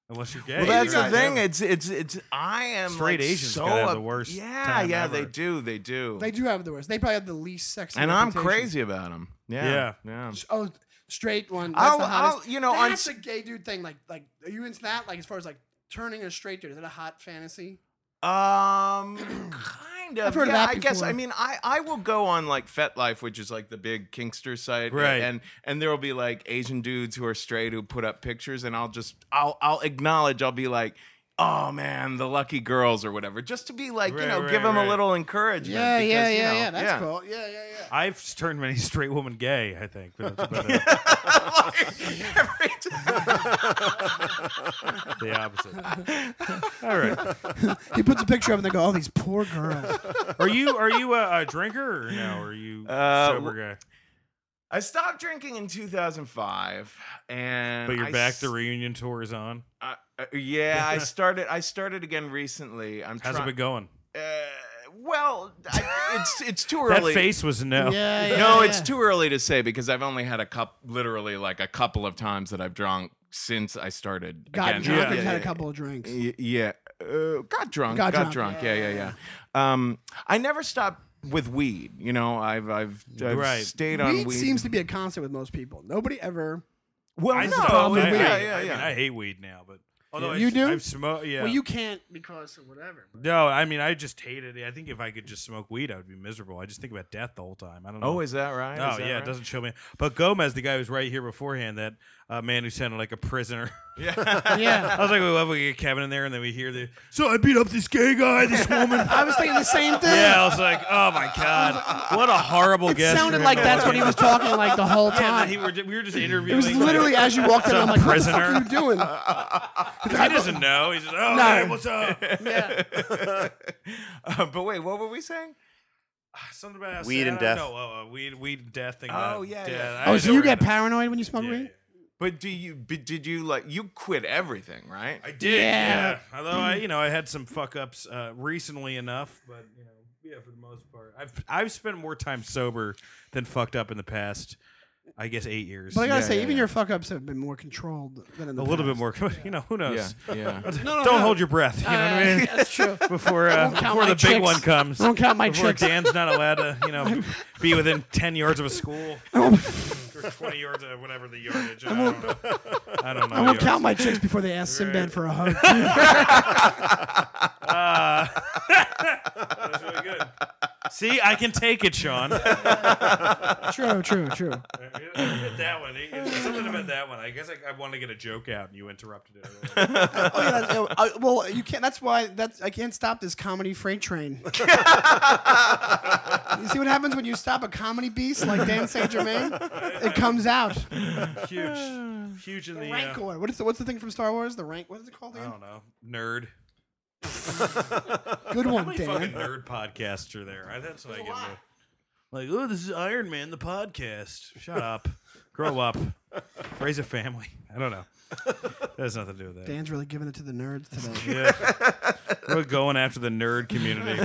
A: Unless you're gay.
C: Well, that's
A: you're
C: the
A: not-
C: thing. It's it's it's. I am
A: Straight
C: like,
A: Asians
C: so
A: gotta have
C: up-
A: the worst
C: Yeah,
A: time
C: yeah,
A: ever.
C: they do. They do.
B: They do have the worst. They probably have the least sexy.
C: and I'm
B: reputation.
C: crazy about them. Yeah, yeah.
B: Oh, straight one. That's
C: I'll-
B: the hottest.
C: I'll- you know, on
B: that's
C: s-
B: a gay dude thing. Like, like, are you into that? Like, as far as like turning a straight dude, is that a hot fantasy?
C: Um, kind of.
B: I've heard of
C: yeah,
B: that
C: I guess. I
B: before.
C: mean, I I will go on like FetLife, which is like the big Kingster site,
A: Right.
C: And and there will be like Asian dudes who are straight who put up pictures, and I'll just I'll I'll acknowledge. I'll be like. Oh man, the lucky girls or whatever, just to be like you
A: Right,
C: know,
A: right,
C: give them
A: right.
C: a little encouragement. because, you know,
B: cool. Yeah, yeah, yeah.
A: I've turned many straight women gay. I think. But that's about it.
C: Like, every time-
A: the opposite. All right.
B: He puts a picture up and they go, "Oh, these poor girls."
A: Are you are you a, a drinker or no? Are you
C: Uh,
A: sober guy?
C: I stopped drinking in 2005, and
A: But you're
C: I
A: back.
C: s-
A: The reunion tour is on.
C: I- uh, yeah, I started. I started again recently. I'm
A: How's
C: trying.
A: it been going?
C: Uh, well, I, it's it's too
A: That
C: early.
A: face was no.
B: yeah, yeah.
C: no, it's too early to say because I've only had a cup, literally like a couple of times that I've drunk since I started.
B: Got
C: again.
B: drunk
A: Yeah,
B: and had
C: yeah,
B: a couple of drinks.
C: Y- yeah. Uh, got drunk.
B: Got
C: Got,
B: drunk.
C: drunk. Yeah, yeah, yeah. Um, I never stopped with weed. You know, I've I've, I've
A: Right.
C: stayed on
B: Weed
C: weed.
B: seems to be a constant with most people. Nobody ever.
C: well,
A: I
C: no,
A: know. I,
B: with
A: I-
B: weed.
A: I-
C: yeah, yeah,
A: I mean,
C: yeah.
A: I hate weed now, but although
B: You
A: I,
B: do?
A: I've smoked. Yeah.
B: Well, you can't because of whatever. but-
A: no, I mean, I just hated it. I think if I could just smoke weed, I would be miserable. I just think about death the whole time. I don't know.
C: Oh, is that right?
A: Oh
C: Is that
A: yeah,
C: right?
A: it doesn't show me. But Gomez, the guy who was right here beforehand, that uh, man who sounded like a prisoner.
D: yeah.
A: I was like, we love we get Kevin in there, and then we hear the. So I beat up this gay guy, this woman.
B: I was thinking the same thing.
A: yeah, I was like, oh my god, what a horrible
B: It
A: guest.
B: sounded
A: room
B: like
A: that
B: that's
A: was
B: what he
A: in.
B: was talking like the whole
A: Yeah,
B: time.
A: and he, were, we were just interviewing.
B: it was
A: like-
B: literally as you walked in, I'm
A: Some
B: like,
A: prisoner.
B: what the fuck are you doing?
A: He doesn't know. He's just, oh,
B: No.
A: hey, what's up?
B: yeah.
C: Uh, but wait, what were we saying?
A: Something about
E: Weed
A: sad,
E: and
A: I don't
E: death.
A: know. Oh, uh, weed, weed, and death thing.
C: Oh,
A: about
C: yeah,
A: death.
C: yeah.
A: I
B: Oh,
A: don't
B: so
A: know
B: you
A: where
B: get
A: that-
B: paranoid when you smoke
A: Yeah,
B: weed?
A: yeah.
C: But do you but did you like you quit everything, right?
A: I did.
B: Yeah.
A: Yeah. Although I, you know, I had some fuck ups uh, recently enough, but you know, yeah, for the most part, I've I've spent more time sober than fucked up in the past. I guess eight years.
B: But I gotta say,
C: yeah,
B: even
C: yeah.
B: your fuck ups have been more controlled than in
A: a
B: the
A: little bit
B: past.
A: more. You know, who knows?
B: No,
C: yeah.
B: no,
A: Don't
B: no. Uh,
A: hold your breath. You know what I mean?
B: That's true.
A: Before uh,
B: count
A: before
B: my
A: the big
B: tricks.
A: one comes.
B: Don't count my
A: before
B: tricks.
A: Dan's not allowed to, you know, be within ten yards of a school. or twenty yards of whatever the yardage. I don't know. I don't know.
B: I won't
A: yards.
B: count my chicks before they ask Sinbad for a hug.
A: Uh, that's really good. See, I can take it, Sean.
B: true, true, true.
A: that one. Something about that one. I guess I, I want to get a joke out, and you interrupted it.
B: Oh, yeah, that's, oh, I- well, you can't. That's why that's I can't stop this comedy freight train. you see what happens when you stop a comedy beast like Dan Saint Germain? It comes out.
A: huge, huge in the. uh,
B: Rancor. What is the, what's the thing from Star Wars? The rank. What is it called
A: I
B: again?
A: don't know, nerd.
B: Good
A: How
B: one,
A: many fucking
B: Dan.
A: nerd podcasts are there? I, that's what I get. into. Like, oh, this is Iron Man, the podcast. Shut up, grow up, raise a family. I don't know. That has nothing to do with that.
B: Dan's really giving it to the nerds today.
A: Yeah. We're going after the nerd community.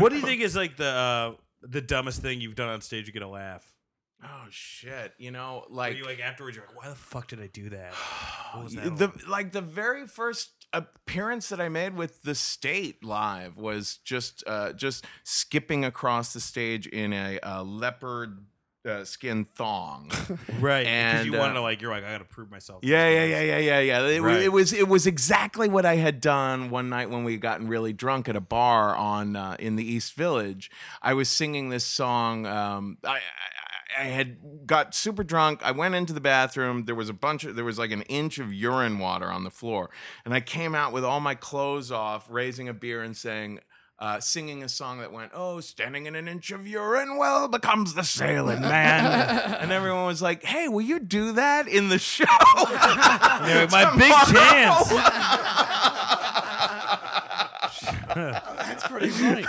A: what do you think is like the uh, the dumbest thing you've done on stage to get a laugh?
C: Oh shit! You know,
A: Are
C: like
A: you like afterwards you're like, why the fuck did I do that? What was that all
C: the like the very first appearance that I made with the state live was just uh, just skipping across the stage in a, uh leopard uh, skin thong.
A: about? right? Because you
C: and, uh,
A: wanted to like you're like I gotta prove myself.
C: yeah, yeah, yeah, yeah, yeah, yeah. It, wa-
A: Right.
C: it was it was exactly what I had done one night when we had gotten really drunk at a bar on uh, in the East Village. I was singing this song. Um, I, I I had got super drunk. I went into the bathroom. There was a bunch of there was like an inch of urine water on the floor, and I came out with all my clothes off, raising a beer and saying. Uh, singing a song that went, "Oh, standing in an inch of urine, well becomes the sailing man," and everyone was like, "Hey, will you do that in the show?"
A: Yeah, my big chance.
B: That's pretty funny.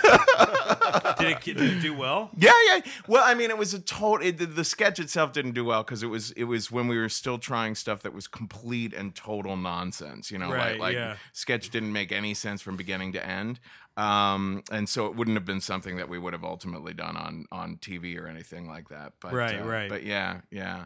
A: Did it, did it do well?
C: Yeah, yeah. Well, I mean, it was a total. It, the- the sketch itself didn't do well because it was it was when we were still trying stuff that was complete and total nonsense. You know,
A: Right,
C: like, like
A: yeah.
C: sketch didn't make any sense from beginning to end. Um, and so it wouldn't have been something that we would have ultimately done on on TV or anything like that. But
A: Right,
C: uh,
A: right.
C: But yeah, yeah.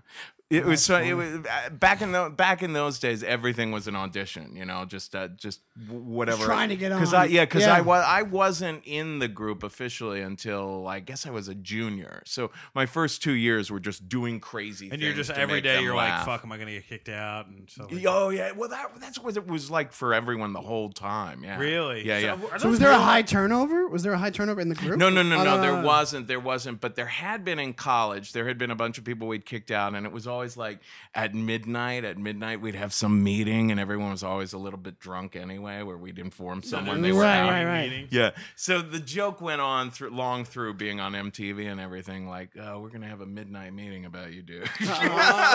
C: It was so. It was uh, back in the back in those days. Everything was an audition, you know. Just uh, just w- whatever.
B: trying to get
C: Because
B: on.
C: I yeah, because
B: Yeah.
C: I was. Well, I wasn't in the group officially until I guess I was a junior. So my first two years were just doing crazy
A: And
C: things.
A: you're just
C: to
A: every
C: make
A: day
C: them
A: you're
C: laugh.
A: like, fuck, am I gonna get kicked out and stuff? Like
C: Oh yeah, well that that's what it was like for everyone the whole time. Yeah,
A: that. Really?
C: Yeah,
A: So,
C: yeah.
A: are
B: So was
A: those
B: there a
A: real-
B: high turnover? Was there a high turnover in the group?
C: No, no, no,
B: Oh,
C: no.
A: Uh.
C: There wasn't. There wasn't. But there had been in college. There had been a bunch of people we'd kicked out, and it was always like at midnight. At midnight, we'd have some meeting, and everyone was always a little bit drunk anyway, where we'd inform someone they were
B: Right,
C: out.
B: right, right.
A: meetings?
C: Yeah. So the joke went on through long through being on MTV and everything. Like, oh, we're gonna have a midnight meeting about you, dude.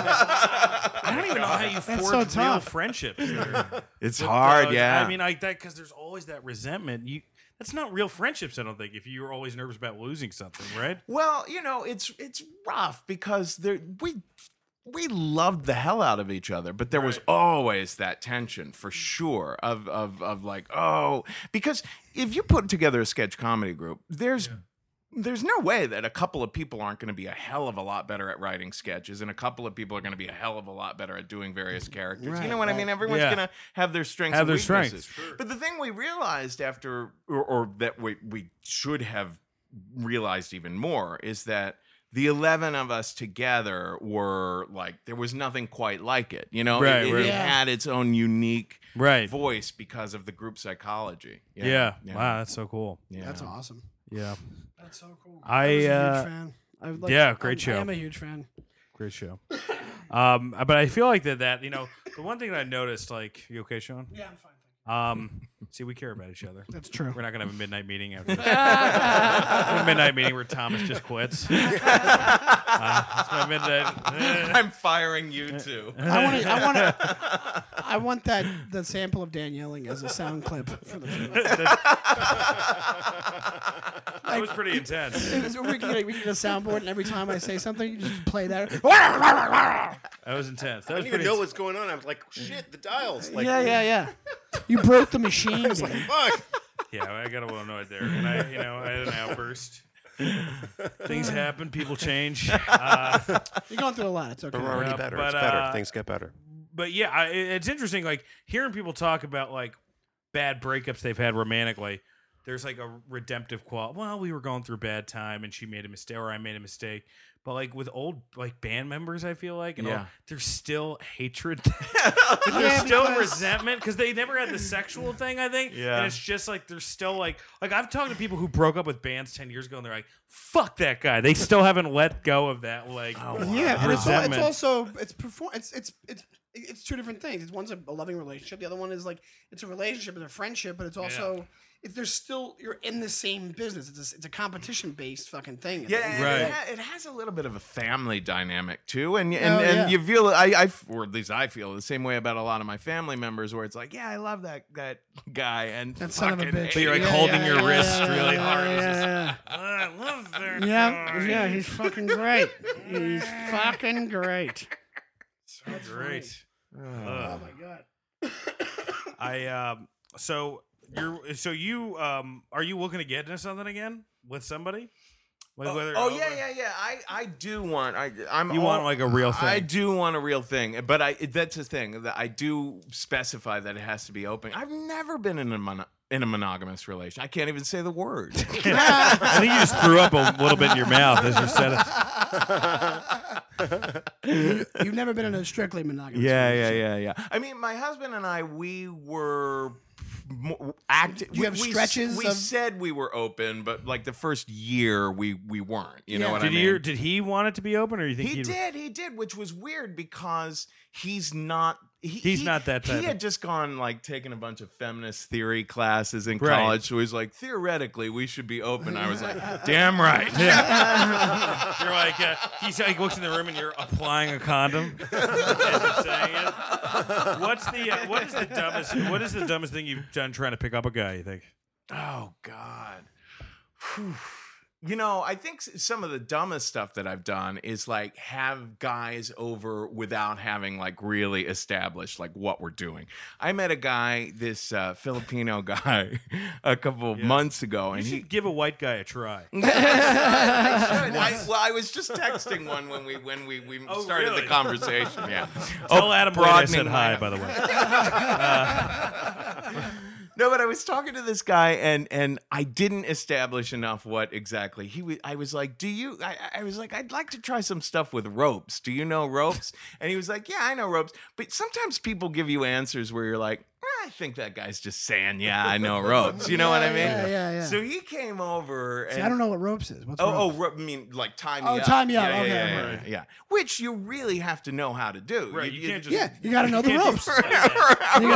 A: I don't even know how you
B: That's
A: forge
B: so
A: real
B: tough.
A: friendships. there.
C: it's
A: With
C: hard,
A: those-
C: yeah.
A: I mean, like that because there's always that resentment. You that's not real friendships. I don't think if you're always nervous about losing something, right?
C: well, you know, it's it's rough because there we we loved the hell out of each other, but there was always that tension for sure of of of like, oh, because if you put together a sketch comedy group, there's there's no way that a couple of people aren't going to be a hell of a lot better at writing sketches and a couple of people are going to be a hell of a lot better at doing various characters. you know what I mean? Everyone's
A: Mm, Yeah.
C: going to have their strengths
A: Have
C: and
A: their strengths.
C: weaknesses. But the thing we realized after or, or that we we should have realized even more is that the 11 of us together were like there was nothing quite like it you know It-
A: Right,
C: it,
A: right.
C: it
D: Yeah.
C: had its own unique
A: Right.
C: voice because of the group psychology
A: Yeah. Wow, that's so cool.
C: Yeah.
B: That's awesome.
A: Yeah.
D: That's so cool.
A: I,
B: was a huge
A: uh,
B: fan. I would
A: yeah, great
B: I'm-
A: show.
B: I am
D: I'm a huge fan.
A: Great show. Um, but I feel like that that you know the one thing that I noticed like you okay, Sean?
D: Yeah, I'm fine.
A: Um, see, we care about each other.
B: That's true.
A: We're not gonna have a midnight meeting after this. A midnight meeting where Thomas just quits. Uh, it's my midnight.
C: i'm firing you too
B: I want to. I want to. I want that the sample of Dan yelling as a sound clip. For the,
A: That was pretty intense.
B: we can get, we can get a soundboard, and every time I say something, you just play that.
A: That was intense. That
E: I
A: was
E: didn't even
A: pretty.
E: know what's going on. I was like, shit, the dials. Like,
B: yeah, yeah, yeah. You broke the machine. Dan.
E: fuck.
A: yeah, I got a little annoyed there, and I you know I had an outburst. Things happen. People change. Uh,
B: You're going through a lot. It's okay.
E: But we're already
A: Yeah,
E: better.
A: but,
E: it's better.
A: uh,
E: Things get better.
A: but yeah, I, it- it's interesting. Like hearing people talk about like bad breakups they've had romantically. There's like a redemptive quality. Well, we were going through a bad time, and she made a mistake, or I made a mistake. But like with old like band members, I feel like, and all,
C: Yeah.
A: there's still hatred. there's still resentment because they never had the sexual thing. I think.
C: Yeah.
A: And it's just like there's still like like I've talked to people who broke up with bands ten years ago, and they're like, "Fuck that guy." They still haven't let go of that. Like,
C: Oh,
B: Yeah, but it's, al- it's
A: Resentment.
B: also it's perform it's it's it's it's two different things. It's one's a a loving relationship. The other one is like it's a relationship, it's a friendship, but it's also it's there's still you're in the same business. It's a, it's a competition based fucking thing.
C: Yeah, and
A: Right.
C: it, ha- it has a little bit of a family dynamic too, and and,
B: Oh,
C: and
B: yeah.
C: you feel I, I or at least I feel the same way about a lot of my family members, where it's like, yeah, I love that that guy, and
B: That son of a
C: fucking
B: bitch.
C: hate
A: But you're, like,
C: him.
A: holding your wrist really
B: yeah,
A: hard. It's
B: Yeah,
A: "Oh, I love that.
B: yeah, yeah. yeah, he's fucking great. He's fucking great.
A: guy." Great.
B: Oh
A: Ugh.
B: my god.
A: I um so you're so you um are you looking to get into something again with somebody? Like
C: Oh,
A: whether
C: oh, yeah, yeah, yeah. I, I do want. I I'm
A: You
C: all-
A: want like a real thing.
C: I do want a real thing, but I that's the thing that I do specify that it has to be open. I've never been in a mono, in a monogamous relation. I can't even say the word.
A: I think you just threw up a little bit in your mouth as you said it.
B: You've never been in a strictly monogamous.
C: Yeah, yeah,
B: relationship.
C: yeah, yeah. I mean, my husband and I, we were mo- act.
B: you
C: we-
B: have
C: we, s-
B: stretches
C: We
B: of-
C: said we were open, but like the first year, we we weren't. You know
B: Yeah.
C: what
A: Did
C: I mean?
A: you did he want it to be open or you think
C: he
A: he'd-
C: did, he did, which was weird because he's not. He,
A: He's
C: he-
A: not that type
C: He
A: of-
C: had just gone like taking a bunch of feminist theory classes in
A: Right.
C: college, so he's like, theoretically, we should be open. I was like, damn right.
A: You're like uh, he's like looks in the room and you're applying a condom. as you're saying it. What's the uh, what is the dumbest what is the dumbest thing you've done trying to pick up a guy? You think?
C: Oh God. Whew. You know, I think s- some of the dumbest stuff that I've done is like have guys over without having like really established like what we're doing. I met a guy, this uh, Filipino guy, a couple of months ago,
A: You
C: and he.
A: should give a white guy a try.
C: I, well, I was just texting one when we when we, we started
A: really?
C: the conversation. Yeah.
A: Tell Adam Brody I said
C: broadening
A: hi,
C: lineup.
A: by the way.
C: No, but I was talking to this guy and and I didn't establish enough what exactly he was. I was like, "Do you?" I, I was like, "I'd like to try some stuff with ropes. Do you know ropes?" And he was like, "Yeah, I know ropes." But sometimes people give you answers where you're like, "Ah, "I think that guy's just saying, yeah, I know ropes." You know what I mean?
B: Yeah, yeah, yeah.
C: So he came over. And
B: See, I don't know what ropes is. What's
C: Oh,
B: ropes?
C: oh, ro- I mean, like time.
B: Oh,
C: up.
B: tie me up.
C: Yeah,
B: Okay,
C: yeah,
B: I'm
C: yeah,
B: right.
C: yeah, yeah. Which you really have to know how to do.
A: Right, you can't just-
B: yeah, you gotta know the
A: You can't
B: ropes.
A: just say, "I know the ropes.
B: You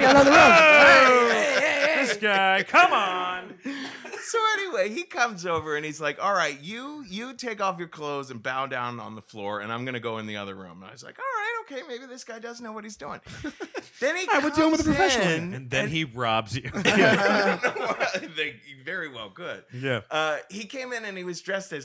B: gotta know the
A: Oh, This guy, come on.
C: So anyway, he comes over and he's like, "All right, you you take off your clothes and bow down on the floor, and I'm gonna go in the other room." And I was like, "All right, okay, maybe this guy does know what he's doing." then he
B: All right, we're
C: comes
B: dealing with a professional here.
C: in,
A: And then he robs you.
C: and they very well could.
A: Yeah.
C: Uh, he came in and he was dressed as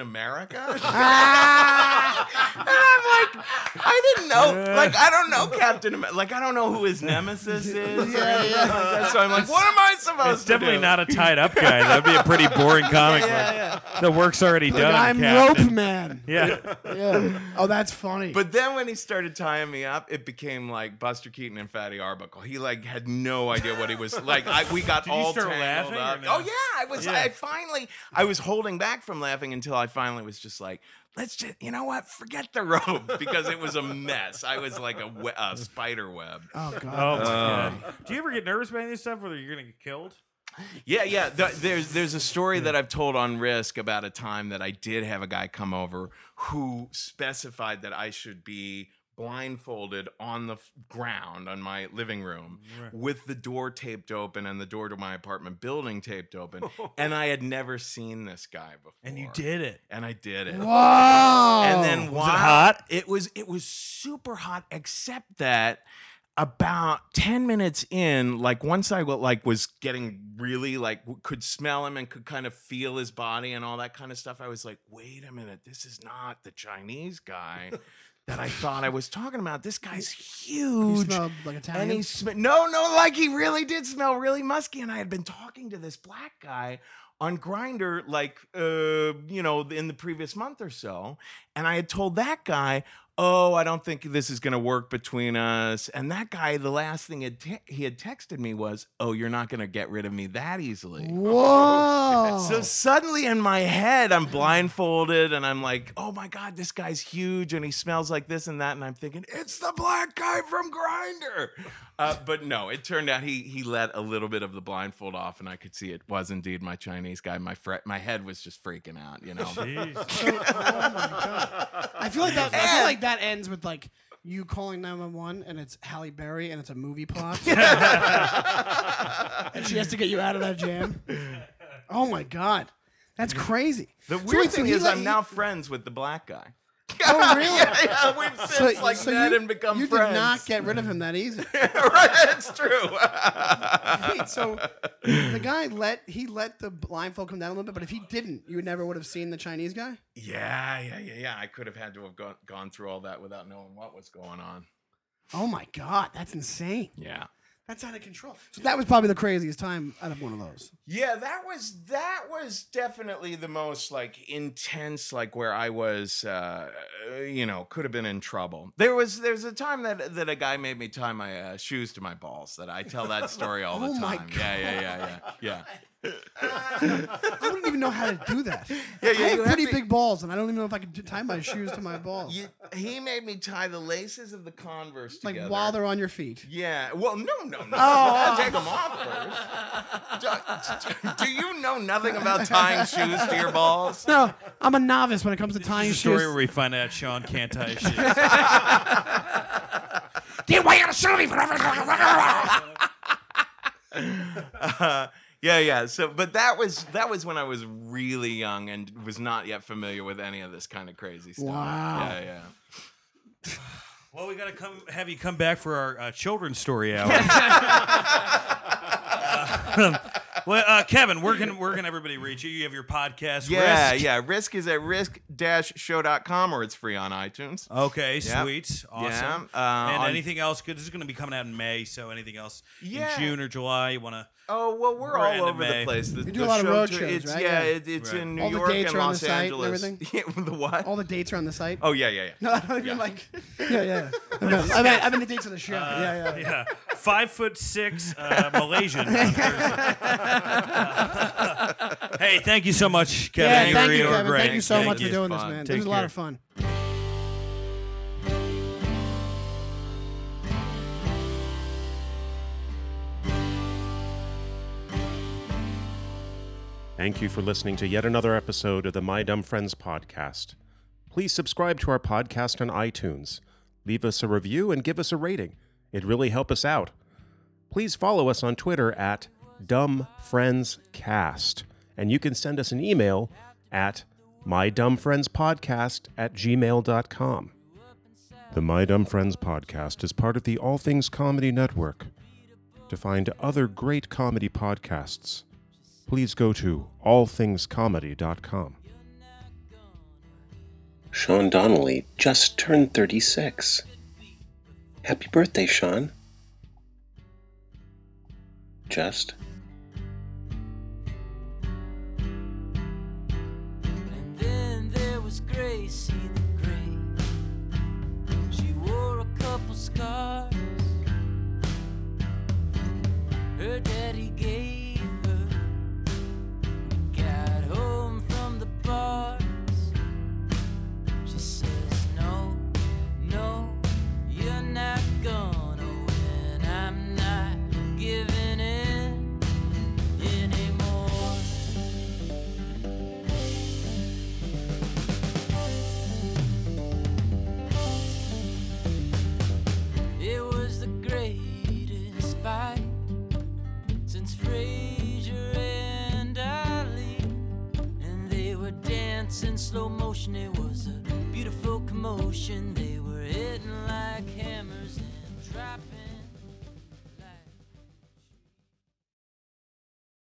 C: America. and I'm like, I didn't know. Like, I don't know Captain America. Like, I don't know who his nemesis is. or
B: Yeah,
C: anything
B: yeah.
C: like that. So I'm like, what am I supposed
A: It's
C: to do?
A: definitely not a tied up guy guy. That'd be a pretty boring comic. book. The work's already done.
B: I'm
A: Captain.
B: rope man.
A: Yeah.
B: Yeah. Oh, that's funny.
C: But then when he started tying me up, it became like Buster Keaton and Fatty Arbuckle. He like had no idea what he was like. I, we got
A: Did you
C: all
A: start laughing
C: tangled
A: or
C: up.
A: no?
C: Oh yeah, I was.
A: Yeah.
C: I finally. I was holding back from laughing until I finally was just like, let's just. You know what? Forget the rope because it was a mess. I was like a, we- a spider web.
B: oh god.
A: Oh my god. Do you ever get nervous about any of this stuff, whether you're gonna get killed?
C: Yeah, yeah. th- there's there's a story that I've told on Risk about a time that I did have a guy come over who specified that I should be blindfolded on the f- ground on my living room with the door taped open and the door to my apartment building taped open, and I had never seen this guy before.
A: And you did it.
C: and I did it.
B: Wow.
C: And then
A: Was it
C: while-
A: hot?
C: It was it was super hot, except that about 10 minutes in like once i wa- like was getting really like w- could smell him and could kind of feel his body and all that kind of stuff i was like wait a minute this is not the chinese guy that i thought i was talking about this guy's
B: you
C: huge
B: smelled like Italian.
C: and he sm- no, no, like he really did smell really musky. And I had been talking to this black guy on Grinder, like uh, you know, in the previous month or so, and I had told that guy, "Oh, I don't think this is going to work between us." And that guy, the last thing had te- he had texted me was, "Oh, you're not going to get rid of me that easily."
B: Oh, Whoa.
C: So suddenly in my head, I'm blindfolded and I'm like, oh my God, this guy's huge and he smells like this and that. And I'm thinking, it's the black guy from Grinder. Uh, but no, it turned out he he let a little bit of the blindfold off and I could see it was indeed my Chinese guy. My fre- my head was just freaking out, you know.
A: Jeez.
B: I feel like that. I feel like that ends with like you calling 911 and it's Halle Berry and it's a movie plot. and she has to get you out of that jam. Oh my god. That's crazy.
C: The
B: So
C: weird
B: wait, so
C: thing
B: he
C: is
B: let
C: I'm
B: you-
C: now friends with the black guy.
B: Oh really?
C: yeah, we've since like met and become
B: you
C: friends.
B: did not get rid of him that easy.
C: right, it's true.
B: Wait, so the guy let he let the blindfold come down a little bit, but if he didn't, you never would have seen the Chinese guy.
C: Yeah, yeah, yeah, yeah. I could have had to have gone, gone through all that without knowing what was going on.
B: Oh my god, that's insane.
C: Yeah.
B: That's out of control. So that was probably the craziest time out of one of those.
C: Yeah, that was that was definitely the most like intense, like where I was, uh, you know, could have been in trouble. There was there's a time that that a guy made me tie my uh, shoes to my balls. That I tell that story all
B: Oh
C: the
B: my
C: time. Yeah, yeah, yeah, yeah,
B: I wouldn't even know how to do that.
C: yeah.
B: I have
C: you have
B: pretty
C: to-
B: big balls, and I don't even know if I can t- tie my shoes to my balls.
C: you- he made me tie the laces of the Converse
B: like
C: together.
B: while they're on your feet.
C: Yeah. Well, no, no, no.
B: Oh.
C: take them off first. Do, do you know nothing about tying shoes to your balls?
B: No, I'm a novice when it comes to
A: This
B: tying
A: is a story where
B: shoes.
A: we find out Sean can't tie his shoes.
D: Dude, why you gotta shoot me for
C: Uh, yeah, yeah. So, but that was that was when I was really young and was not yet familiar with any of this kind of crazy stuff.
B: Wow.
C: Yeah, yeah.
A: Well, we gotta come have you come back for our uh, children's story hour. Uh, well, uh, Kevin, where can where can everybody reach you? You have your podcast.
C: Yeah,
A: Risk.
C: yeah. Risk is at risk-show.com or it's free on iTunes.
A: Okay,
C: Yep.
A: sweet, awesome.
C: Yeah, uh,
A: and
C: on-
A: anything else? Good. This is going to be coming out in May. So anything else
C: Yeah.
A: in June or July? You want to?
C: Oh well, we're,
A: We're end
C: all
A: of
C: over
A: May.
C: the place. The,
B: do
C: the
B: a lot of
C: show
B: road
C: tour-
B: shows,
C: it's,
B: right?
C: Yeah,
B: Yeah.
C: it, it's
A: Right.
C: in New
B: All the
C: York
B: dates
C: and
B: are on the
C: Los
B: site and
C: Angeles.
B: everything?
C: Yeah, the what?
B: All the dates are on the site.
C: oh yeah, yeah, yeah.
B: No, I don't even like. Yeah, yeah. I meant, I meant, I meant the dates of the show. yeah, yeah.
A: Yeah, five foot six uh, Malaysian. on Thursday. Uh, hey, thank you so much, Kevin.
B: Yeah,
A: You
B: thank
A: really
B: you,
A: are
B: Kevin.
A: great.
B: Thank you so
A: Thank
B: much
A: you.
B: for doing
C: Fun.
B: this, man.
A: Take
B: This was a lot
A: care.
B: of fun.
E: Thank you for listening to yet another episode of the My Dumb Friends podcast. Please subscribe to our podcast on iTunes. Leave us a review and give us a rating. It really helps us out. Please follow us on Twitter at DumbFriendsCast. And you can send us an email at MyDumbFriendsPodcast at gmail.com. The My Dumb Friends podcast is part of the All Things Comedy Network. To find other great comedy podcasts, please go to allthingscomedy.com.
F: Sean Donnelly just turned 36. Happy birthday, Sean. Just.
G: her daddy gave her. Got home from the bars. She says, No, no, you're not gonna win. I'm not giving in anymore. It was the greatest fight since Frazier and Ali, and they were dancing slow motion. It was a beautiful commotion. They